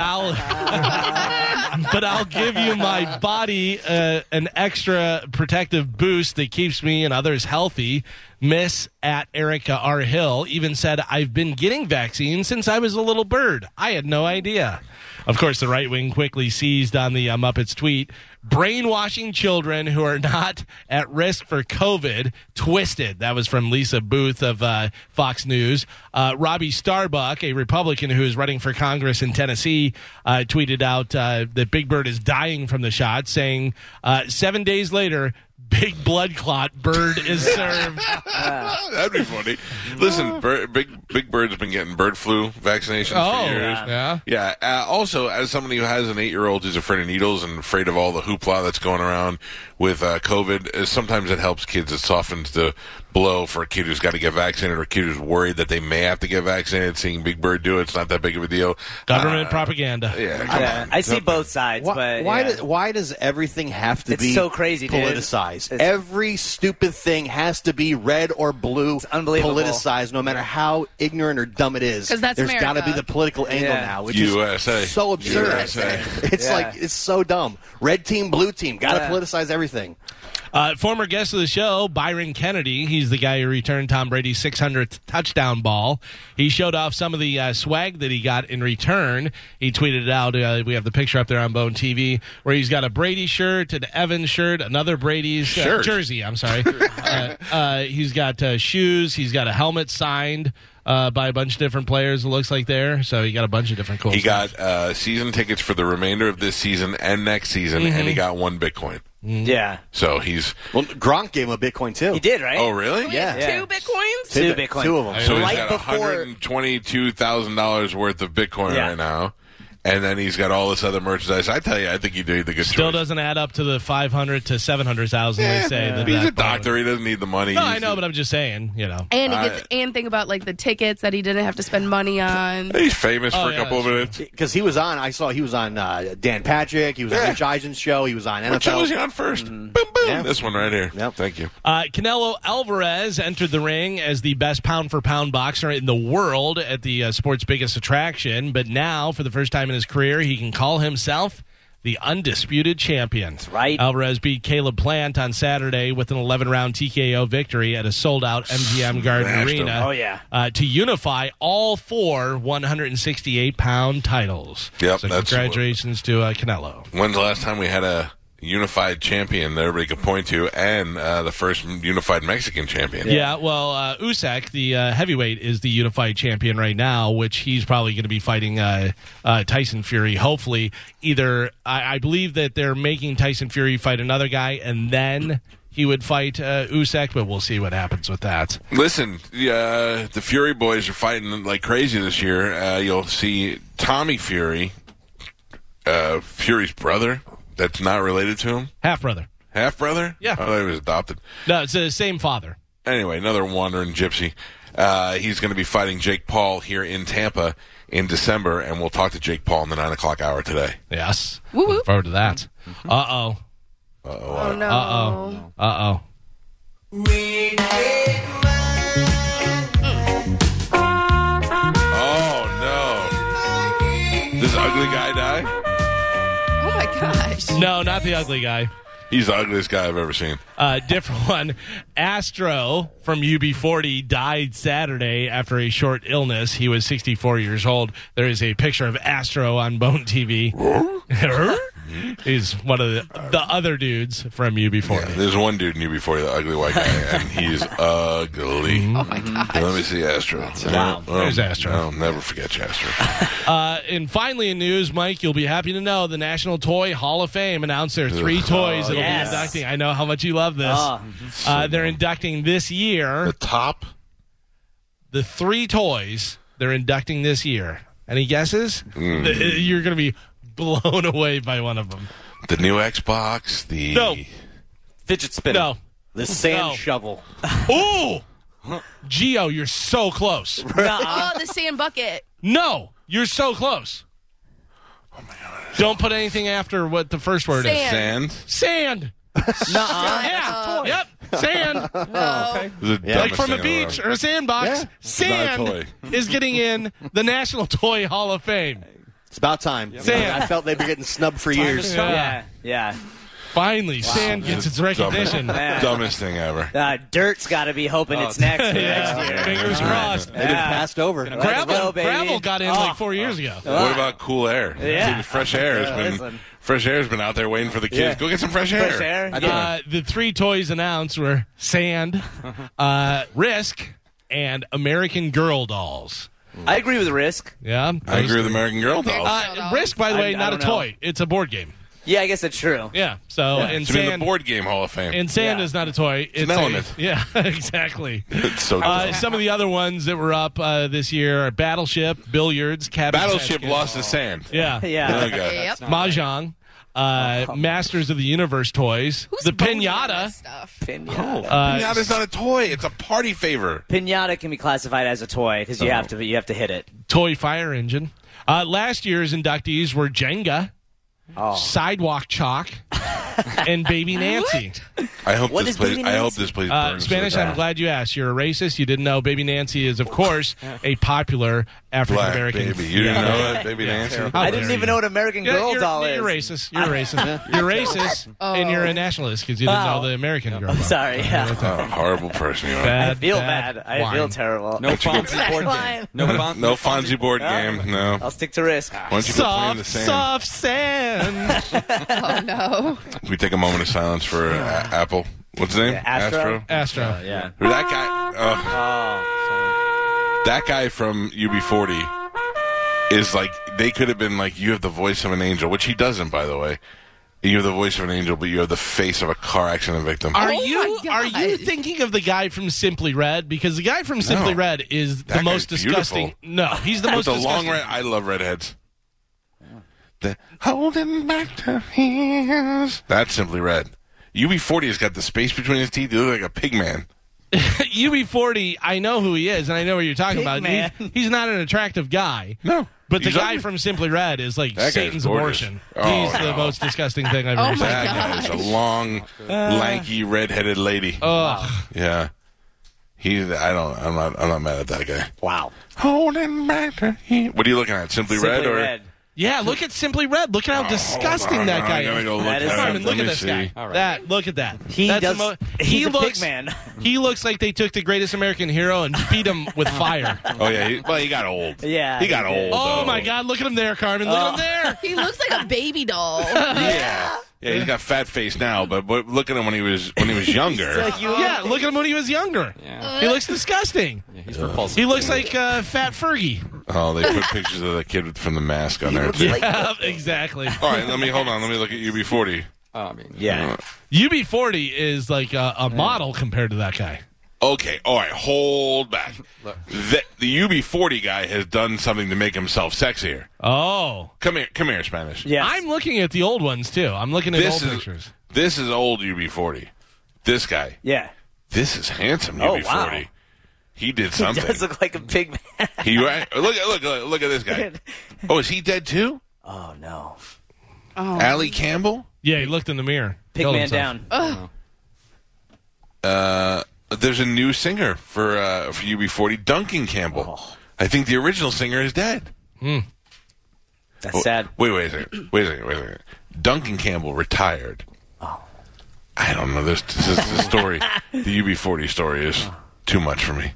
Speaker 3: I'll. but I'll give you my body uh, an extra protective boost that keeps me and others healthy. Miss at Erica R. Hill even said, I've been getting vaccines since I was a little bird. I had no idea. Of course, the right wing quickly seized on the uh, Muppets tweet brainwashing children who are not at risk for COVID twisted. That was from Lisa Booth of uh, Fox News. Uh, Robbie Starbuck, a Republican who is running for Congress in Tennessee, uh, tweeted out uh, that Big Bird is dying from the shot, saying, uh, seven days later, Big blood clot bird is served.
Speaker 2: That'd be funny. Listen, bir Big Big Bird's been getting bird flu vaccinations
Speaker 3: Oh,
Speaker 2: for years.
Speaker 3: yeah.
Speaker 2: Yeah. Uh, also, as somebody who has an eight-year-old who's afraid of needles and afraid of all the hoopla that's going around with uh, COVID, uh, sometimes it helps kids. It softens the blow for a kid who's got to get vaccinated or a kid who's worried that they may have to get vaccinated. Seeing Big Bird do it, it's not that big of a deal.
Speaker 3: Government
Speaker 2: Uh,
Speaker 3: propaganda.
Speaker 2: Yeah, come
Speaker 4: Yeah,
Speaker 2: on.
Speaker 4: I see
Speaker 2: Nope.
Speaker 4: both sides,
Speaker 8: Why,
Speaker 4: but
Speaker 8: why,
Speaker 4: yeah.
Speaker 8: does, why does everything have to
Speaker 4: It's
Speaker 8: be
Speaker 4: so crazy, dude.
Speaker 8: politicized?
Speaker 4: It's-
Speaker 8: Every stupid thing has to be red or blue
Speaker 4: unbelievable.
Speaker 8: politicized, no matter how ignorant or dumb it is.
Speaker 4: 'Cause that's
Speaker 8: There's gotta
Speaker 4: America.
Speaker 8: be the political angle
Speaker 4: Yeah.
Speaker 8: now, which
Speaker 2: USA.
Speaker 8: is so absurd.
Speaker 2: USA.
Speaker 8: It's
Speaker 3: Yeah.
Speaker 8: like it's so dumb. Red team, blue team, gotta
Speaker 3: Yeah.
Speaker 8: politicize everything.
Speaker 3: Uh, former guest of the show, Byron Kennedy. He's the guy who returned Tom Brady's 600th touchdown ball. He showed off some of the uh, swag that he got in return. He tweeted it out. Uh, we have the picture up there on Bone TV where he's got a Brady shirt, an Evans shirt, another Brady's uh,
Speaker 2: Shirt.
Speaker 3: jersey. I'm sorry. uh, uh, he's got uh, shoes. He's got a helmet signed uh, by a bunch of different players. It looks like there. So he got a bunch of different cool.
Speaker 2: He
Speaker 3: stuff.
Speaker 2: got uh, season tickets for the remainder of this season and next season, and he got one Bitcoin.
Speaker 4: Yeah.
Speaker 2: So he's
Speaker 8: well. Gronk gave him a Bitcoin too. He
Speaker 4: did, right?
Speaker 2: Oh, really?
Speaker 8: Yeah.
Speaker 5: Two bitcoins.
Speaker 8: Two Bitcoin. Two of them.
Speaker 2: So he's
Speaker 8: Right
Speaker 2: got
Speaker 8: before-
Speaker 2: one hundred and twenty-two thousand dollars worth of Bitcoin
Speaker 8: Yeah.
Speaker 2: right now, and then he's got all this other merchandise. I tell you, I think he did the good
Speaker 3: Still
Speaker 2: choice.
Speaker 3: doesn't add up to the 500 to 700,000
Speaker 2: Eh,
Speaker 3: they say. that
Speaker 2: he's a
Speaker 3: that bought.
Speaker 2: doctor. He doesn't need the money.
Speaker 3: No,
Speaker 2: He's-
Speaker 3: I know, but I'm just saying, you know.
Speaker 5: And he
Speaker 2: I-
Speaker 5: gets and think about like the tickets that he didn't have to spend money on.
Speaker 2: He's famous
Speaker 8: Oh,
Speaker 2: for a
Speaker 8: yeah,
Speaker 2: couple of minutes.
Speaker 8: Because he was on, I saw he was on uh, Dan Patrick. He was on Mitch Eisen's show. He was on NFL.
Speaker 2: Which one was he on first?
Speaker 8: Mm-hmm.
Speaker 2: Boom, boom. This one right here. Thank you.
Speaker 3: Uh, Canelo Alvarez entered the ring as the best pound for pound boxer in the world at the uh, sport's biggest attraction, but now, for the first time in his career, he can call himself the undisputed champion. That's
Speaker 4: right.
Speaker 3: Alvarez beat Caleb Plant on Saturday with an 11 round TKO victory at a sold out MGM Garden
Speaker 4: Smashed him.
Speaker 3: Arena.
Speaker 4: Oh, yeah.
Speaker 3: Uh, to unify all four 168 pound titles.
Speaker 2: Yep,
Speaker 3: so
Speaker 2: that's-
Speaker 3: congratulations to uh, Canelo.
Speaker 2: When's the last time we had a unified champion that everybody could point to, and uh, the first unified Mexican champion?
Speaker 3: Yeah, well, uh, Usyk, the uh, heavyweight, is the unified champion right now, which he's probably going to be fighting uh, uh, Tyson Fury. Hopefully, either I, I believe that they're making Tyson Fury fight another guy, and then he would fight uh, Usyk, but we'll see what happens with that.
Speaker 2: Listen, the, uh, the Fury boys are fighting like crazy this year. Uh, you'll see Tommy Fury, uh, Fury's brother, that's not related to him,
Speaker 3: Half brother,
Speaker 2: half brother.
Speaker 3: Yeah.
Speaker 2: I thought he was adopted.
Speaker 3: no, it's the same father.
Speaker 2: Anyway, another wandering gypsy. Uh, he's going to be fighting Jake Paul here in Tampa in December, and we'll talk to Jake Paul in the nine o'clock hour today.
Speaker 3: Yes, look forward to that. Uh oh.
Speaker 2: Oh
Speaker 5: no.
Speaker 3: Uh oh. Uh oh.
Speaker 2: Oh no! Does ugly guy die?
Speaker 5: Oh my gosh.
Speaker 3: No, not the ugly guy.
Speaker 2: He's the ugliest guy I've ever seen.
Speaker 3: A Uh, different one. Astro from UB40 died Saturday after a short illness. He was 64 years old. There is a picture of Astro on Bone TV. He's one of the, the other dudes from UB40.
Speaker 2: There's one dude knew before the ugly white guy, and he's ugly. Oh
Speaker 5: my
Speaker 2: god! Let me see Astro.
Speaker 3: Wow.
Speaker 2: Oh,
Speaker 3: There's Astro.
Speaker 2: I'll never forget you, Astro.
Speaker 3: Uh, and finally, in news, Mike, you'll be happy to know the National Toy Hall of Fame announced their three
Speaker 2: Ugh.
Speaker 3: toys
Speaker 2: Oh,
Speaker 3: that'll
Speaker 2: yes.
Speaker 3: be inducting. I know how much you love this.
Speaker 2: Ah.
Speaker 3: uh, they're inducting this year. The
Speaker 2: top?
Speaker 3: The three toys they're inducting this year. Any guesses? Th- You're going to be blown away by one of them.
Speaker 2: The new Xbox. The
Speaker 3: No.
Speaker 8: Fidget spinner.
Speaker 3: No.
Speaker 8: The sand
Speaker 3: No.
Speaker 8: shovel.
Speaker 3: Ooh! Geo, you're so close.
Speaker 5: Oh, the sand bucket.
Speaker 3: No, you're so close. Oh my god! Don't put anything after what the first word
Speaker 2: Sand.
Speaker 3: is. Sand. yeah. Yep. Sand.
Speaker 5: No.
Speaker 2: The
Speaker 3: Like
Speaker 2: dumbest
Speaker 3: from a
Speaker 2: thing
Speaker 3: beach
Speaker 2: I've
Speaker 3: or a sandbox.
Speaker 8: Yeah. It's
Speaker 2: not a
Speaker 3: Sand
Speaker 2: toy.
Speaker 3: is getting in the National Toy Hall of Fame.
Speaker 8: It's about time.
Speaker 3: Sand.
Speaker 8: I felt they've been getting snubbed for years.
Speaker 4: Yeah, yeah.
Speaker 3: Finally, sand gets its recognition.
Speaker 4: Man.
Speaker 2: Dumbest thing ever.
Speaker 4: Uh, dirt's got to be hoping it's next for next year.
Speaker 3: Fingers crossed.
Speaker 8: They've been passed over.
Speaker 3: Gravel,
Speaker 4: go, baby.
Speaker 3: gravel got in like four years ago.
Speaker 2: What about cool air?
Speaker 3: Yeah.
Speaker 2: Dude, fresh air has
Speaker 3: Yeah,
Speaker 2: been
Speaker 3: listen.
Speaker 2: fresh air's been out there waiting for the kids.
Speaker 3: Yeah.
Speaker 2: Go get some fresh air.
Speaker 3: Fresh
Speaker 4: air,
Speaker 2: I think-
Speaker 3: Uh, the three toys announced were Sand, uh, Risk, and American Girl dolls.
Speaker 4: I agree with Risk.
Speaker 3: Yeah,
Speaker 2: I agree with American Girl dolls.
Speaker 3: Uh, Risk, by the
Speaker 4: I-
Speaker 3: way,
Speaker 4: I
Speaker 3: not a
Speaker 4: don't know.
Speaker 3: toy. It's a board game.
Speaker 4: Yeah, I guess that's true.
Speaker 3: Yeah. So
Speaker 2: Yeah.
Speaker 3: and
Speaker 2: Should be in the
Speaker 3: Sand
Speaker 2: board game Hall of Fame.
Speaker 3: and Sand is not a toy. It's,
Speaker 2: an
Speaker 3: a-
Speaker 2: element.
Speaker 3: Yeah, exactly.
Speaker 2: It's so
Speaker 3: Uh,
Speaker 2: dumb.
Speaker 3: some of the other ones that were up uh, this year are Battleship, Billiards, Cabin
Speaker 2: Battleship
Speaker 3: Basket.
Speaker 2: lost to sand.
Speaker 3: Yeah.
Speaker 4: Yeah.
Speaker 2: Okay. Yep.
Speaker 3: Mahjong, uh,
Speaker 4: Oh.
Speaker 3: Masters of the Universe toys, the pinata.
Speaker 4: Pinata.
Speaker 3: Uh,
Speaker 2: Pinata's not a toy. It's a party favor.
Speaker 4: Pinata can be classified as a toy because you have to you have to hit it.
Speaker 3: toy fire engine. Uh, last year's inductees were Jenga,
Speaker 4: Oh.
Speaker 3: Sidewalk Chalk, and Baby Nancy.
Speaker 2: I hope
Speaker 4: What
Speaker 2: this
Speaker 4: is
Speaker 2: place.
Speaker 4: Baby
Speaker 2: I hope
Speaker 4: Nancy?
Speaker 2: this place
Speaker 3: Uh,
Speaker 2: burns.
Speaker 3: Spanish,
Speaker 2: to the
Speaker 3: I'm
Speaker 2: ground.
Speaker 3: glad you asked. You're a racist. You didn't know Baby Nancy is, of course, a popular African
Speaker 2: Black
Speaker 3: American.
Speaker 2: baby. You didn't know that, baby Nancy.
Speaker 4: I didn't even know what American
Speaker 3: Yeah,
Speaker 4: Girl
Speaker 3: you're,
Speaker 4: doll is. Oh.
Speaker 3: you're racist. You're racist. You're racist, and you're a nationalist because you didn't know the American girl.
Speaker 4: Sorry. Yeah.
Speaker 2: Oh, horrible person you are.
Speaker 3: Bad,
Speaker 4: I feel
Speaker 3: bad
Speaker 4: bad. I
Speaker 3: wine.
Speaker 4: feel terrible.
Speaker 11: No Fonzie board game.
Speaker 4: Fine.
Speaker 11: No Fonzie.
Speaker 2: No Fonzie board game. No.
Speaker 4: I'll stick to risk.
Speaker 2: Why don't you go play in the sand?
Speaker 3: Soft, soft sand.
Speaker 5: Oh no.
Speaker 2: Can we take a moment of silence for uh, Apple? What's his name?
Speaker 4: Astro?
Speaker 3: Astro.
Speaker 4: Uh, Yeah.
Speaker 2: Who That guy. oh, that guy from UB40 is like they could have been like you have the voice of an angel, which he doesn't, by the way. You have the voice of an angel, but you have the face of a car accident victim.
Speaker 3: Are
Speaker 5: Oh my
Speaker 3: you are you
Speaker 5: God.
Speaker 3: thinking of the guy from Simply Red? Because the guy from Simply
Speaker 2: No.
Speaker 3: Red is
Speaker 2: That
Speaker 3: the most
Speaker 2: guy's
Speaker 3: disgusting. No, he's the
Speaker 2: With
Speaker 3: most
Speaker 2: the long
Speaker 3: disgusting.
Speaker 2: red, I love redheads. the holding back the fears. That's simply red. UB40 has got the space between his teeth. He looks like a pig man.
Speaker 3: UB40, I know who he is, and I know what you're talking about.
Speaker 2: man.
Speaker 3: He's, he's not an attractive guy.
Speaker 2: No.
Speaker 3: But the
Speaker 2: He's
Speaker 3: guy
Speaker 2: ugly.
Speaker 3: from Simply Red is like
Speaker 2: That guy's
Speaker 3: Satan's
Speaker 2: gorgeous.
Speaker 3: abortion.
Speaker 2: Oh,
Speaker 3: he's the
Speaker 2: no.
Speaker 3: most disgusting thing
Speaker 4: Oh
Speaker 3: I've ever seen.
Speaker 2: that guy is a long, lanky, red-headed lady.
Speaker 3: Uh. Ugh.
Speaker 2: Yeah. He, I don't, I'm not, I'm not mad at that guy.
Speaker 8: Wow.
Speaker 2: Holding back the fears. What are you looking at? Simply, red or
Speaker 3: Yeah, look at Simply Red. Look at how disgusting
Speaker 2: Oh, on,
Speaker 3: that
Speaker 2: I
Speaker 3: guy
Speaker 2: gotta
Speaker 3: is.
Speaker 2: go look That is at him.
Speaker 3: Carmen, look
Speaker 2: Let
Speaker 3: at
Speaker 2: me
Speaker 3: this guy.
Speaker 2: see. All right.
Speaker 3: That look at that.
Speaker 4: He
Speaker 3: That's the
Speaker 4: does- he's a big
Speaker 3: looks,
Speaker 4: man.
Speaker 3: he looks like they took the greatest American hero and beat him with fire.
Speaker 2: Oh yeah, he, well he got old.
Speaker 4: Yeah,
Speaker 2: he got
Speaker 4: he did.
Speaker 2: old.
Speaker 3: Oh
Speaker 2: though. Oh.
Speaker 3: my God! Look at him there, Carmen. Look at him there.
Speaker 5: He looks like a baby doll.
Speaker 2: Yeah, yeah, he's got fat face now, but, but look at him when he was when he was younger.
Speaker 3: yeah, look at him when he was younger. He looks disgusting.
Speaker 2: he's
Speaker 3: He looks like uh, Fat Fergie.
Speaker 2: Oh, they put pictures of the kid from the mask on there too.
Speaker 3: Yeah, exactly.
Speaker 2: All right, let me hold on. Let me look at UB40.
Speaker 11: I mean,
Speaker 2: yeah.
Speaker 3: UB40 is like a, a model compared to that guy.
Speaker 2: Okay, all right, hold back. The, the UB40 guy has done something to make himself sexier.
Speaker 3: Oh,
Speaker 2: Come here, come here, Spanish.
Speaker 3: I'm looking at the old ones too. I'm looking at
Speaker 2: This
Speaker 3: old
Speaker 2: is-
Speaker 3: pictures.
Speaker 2: This is old UB40. This guy.
Speaker 4: Yeah.
Speaker 2: This is handsome
Speaker 4: Oh,
Speaker 2: UB40.
Speaker 4: wow.
Speaker 2: He did
Speaker 4: He
Speaker 2: something.
Speaker 4: does look like a pig man.
Speaker 2: He right? Look at look look look at this guy. Oh, is he dead too?
Speaker 4: Oh no. Oh.
Speaker 2: Allie Campbell.
Speaker 3: Yeah, he looked in the mirror.
Speaker 4: Pig
Speaker 3: Killed
Speaker 4: man
Speaker 3: himself.
Speaker 4: down.
Speaker 2: Uh, there's a new singer for uh, for UB40, Duncan Campbell. I think the original singer is dead.
Speaker 4: That's sad.
Speaker 2: Wait, wait a second. Wait a second. Wait a second. Duncan Campbell retired. Oh. I don't know. This this, is the story. the UB40 story is too much for me.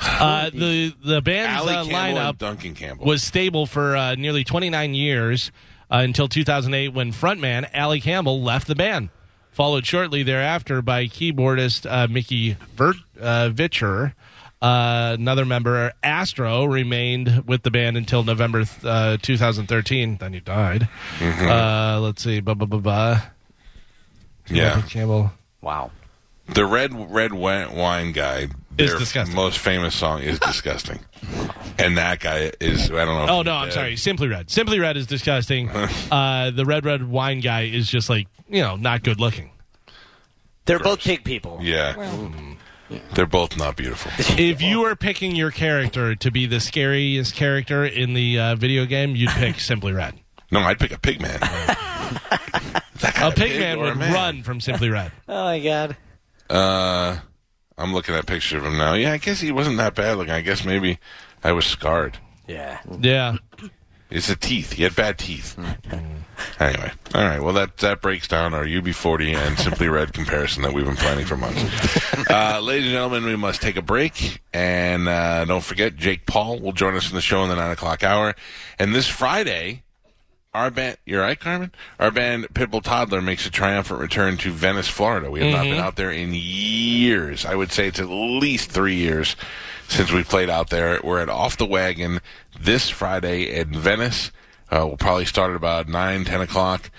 Speaker 3: Uh, the the band's
Speaker 2: Allie
Speaker 3: uh,
Speaker 2: Campbell and
Speaker 3: lineup
Speaker 2: Duncan Campbell.
Speaker 3: was stable for uh, nearly 29 years uh, until 2008 when frontman Allie Campbell left the band, followed shortly thereafter by keyboardist uh, Mickey Vert, uh, Vitcher. Uh, another member, Astro, remained with the band until November th- uh, 2013. Then he died. Uh, let's see. Blah, blah, blah, blah.
Speaker 2: yeah.
Speaker 3: Campbell.
Speaker 4: Wow.
Speaker 2: The red red wi- wine guy. Their
Speaker 3: disgusting.
Speaker 2: most famous song is disgusting, and that guy is. I don't know. if
Speaker 3: Oh
Speaker 2: he's
Speaker 3: no, I'm
Speaker 2: dead.
Speaker 3: sorry. Simply red. Simply red is disgusting. uh, the red red wine guy is just like you know not good looking.
Speaker 4: They're both pig people.
Speaker 2: Yeah. They're both not beautiful.
Speaker 3: If you were picking your character to be the scariest character in the uh, video game, you'd pick Simply Red.
Speaker 2: No, I'd pick a pig man.
Speaker 3: A pig
Speaker 2: pig
Speaker 3: man
Speaker 2: or a
Speaker 3: would
Speaker 2: man?
Speaker 3: run from Simply Red.
Speaker 4: Oh my god.
Speaker 2: Uh, I'm looking at a picture of him now. Yeah, I guess he wasn't that bad looking. I guess maybe I was scarred.
Speaker 4: Yeah.
Speaker 3: Yeah.
Speaker 2: It's the teeth. He had bad teeth.
Speaker 3: Hmm.
Speaker 2: anyway, all right. Well, that that breaks down our UB40 and Simply Red comparison that we've been planning for months. uh, ladies and gentlemen, we must take a break, and uh, don't forget Jake Paul will join us in the show in the nine o'clock hour, and this Friday. Our band, you're right, Carmen. Our band Pitbull Toddler makes a triumphant return to Venice, Florida. We have not
Speaker 3: Mhm.
Speaker 2: been out there in years. I would say it's at least three years since we played out there. We're at Off the Wagon this Friday in Venice. Uh, we'll probably start at about nine, ten o'clock.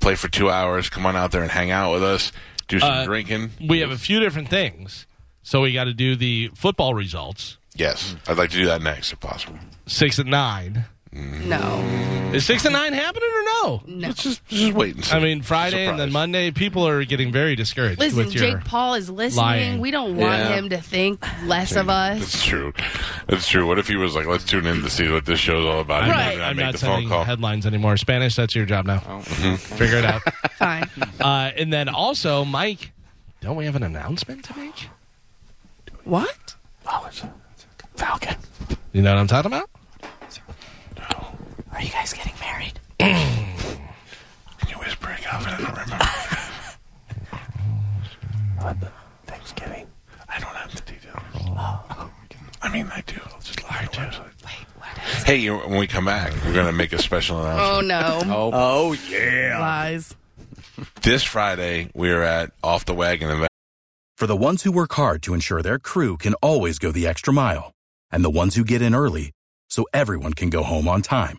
Speaker 2: Play for two hours. Come on out there and hang out with us. Do some
Speaker 3: Uh,
Speaker 2: drinking.
Speaker 3: We have a few different things, so we got to do the football results
Speaker 2: Yes, I'd like to do that next if possible.
Speaker 3: six and nine. No. Is six and nine happening or no?
Speaker 5: No.
Speaker 2: Let's just just wait and see.
Speaker 3: I mean, Friday and then Monday, people are getting very discouraged
Speaker 5: Listen,
Speaker 3: with your
Speaker 5: Jake Paul is listening.
Speaker 3: lying.
Speaker 5: We don't want
Speaker 2: Yeah.
Speaker 5: him to think less of us.
Speaker 2: That's true. That's true. What if he was like, let's tune in to see what this show's all about? and
Speaker 3: I'm
Speaker 2: then
Speaker 3: not,
Speaker 2: I
Speaker 3: I'm
Speaker 2: make
Speaker 3: not
Speaker 2: the phone
Speaker 3: sending
Speaker 2: call. Oh,
Speaker 3: headlines anymore. Spanish, that's your job now. Figure it out.
Speaker 5: Fine.
Speaker 3: Uh, and then also, Mike, don't we have an announcement to make?
Speaker 5: What?
Speaker 3: Oh, it's a, Falcon. You know what I'm talking about?
Speaker 4: Are you guys getting married?
Speaker 2: Can you whisper it, Calvin? I don't remember.
Speaker 4: Thanksgiving.
Speaker 2: I don't have the details. I mean, Oh. I do. I'll just lie to Hey, you- when we come back, we're going to make a special
Speaker 5: Oh
Speaker 2: announcement.
Speaker 5: no.
Speaker 2: Oh, yeah.
Speaker 5: Lies.
Speaker 2: This Friday, we're at Off the Wagon event.
Speaker 17: For the ones who work hard to ensure their crew can always go the extra mile, and the ones who get in early so everyone can go home on time,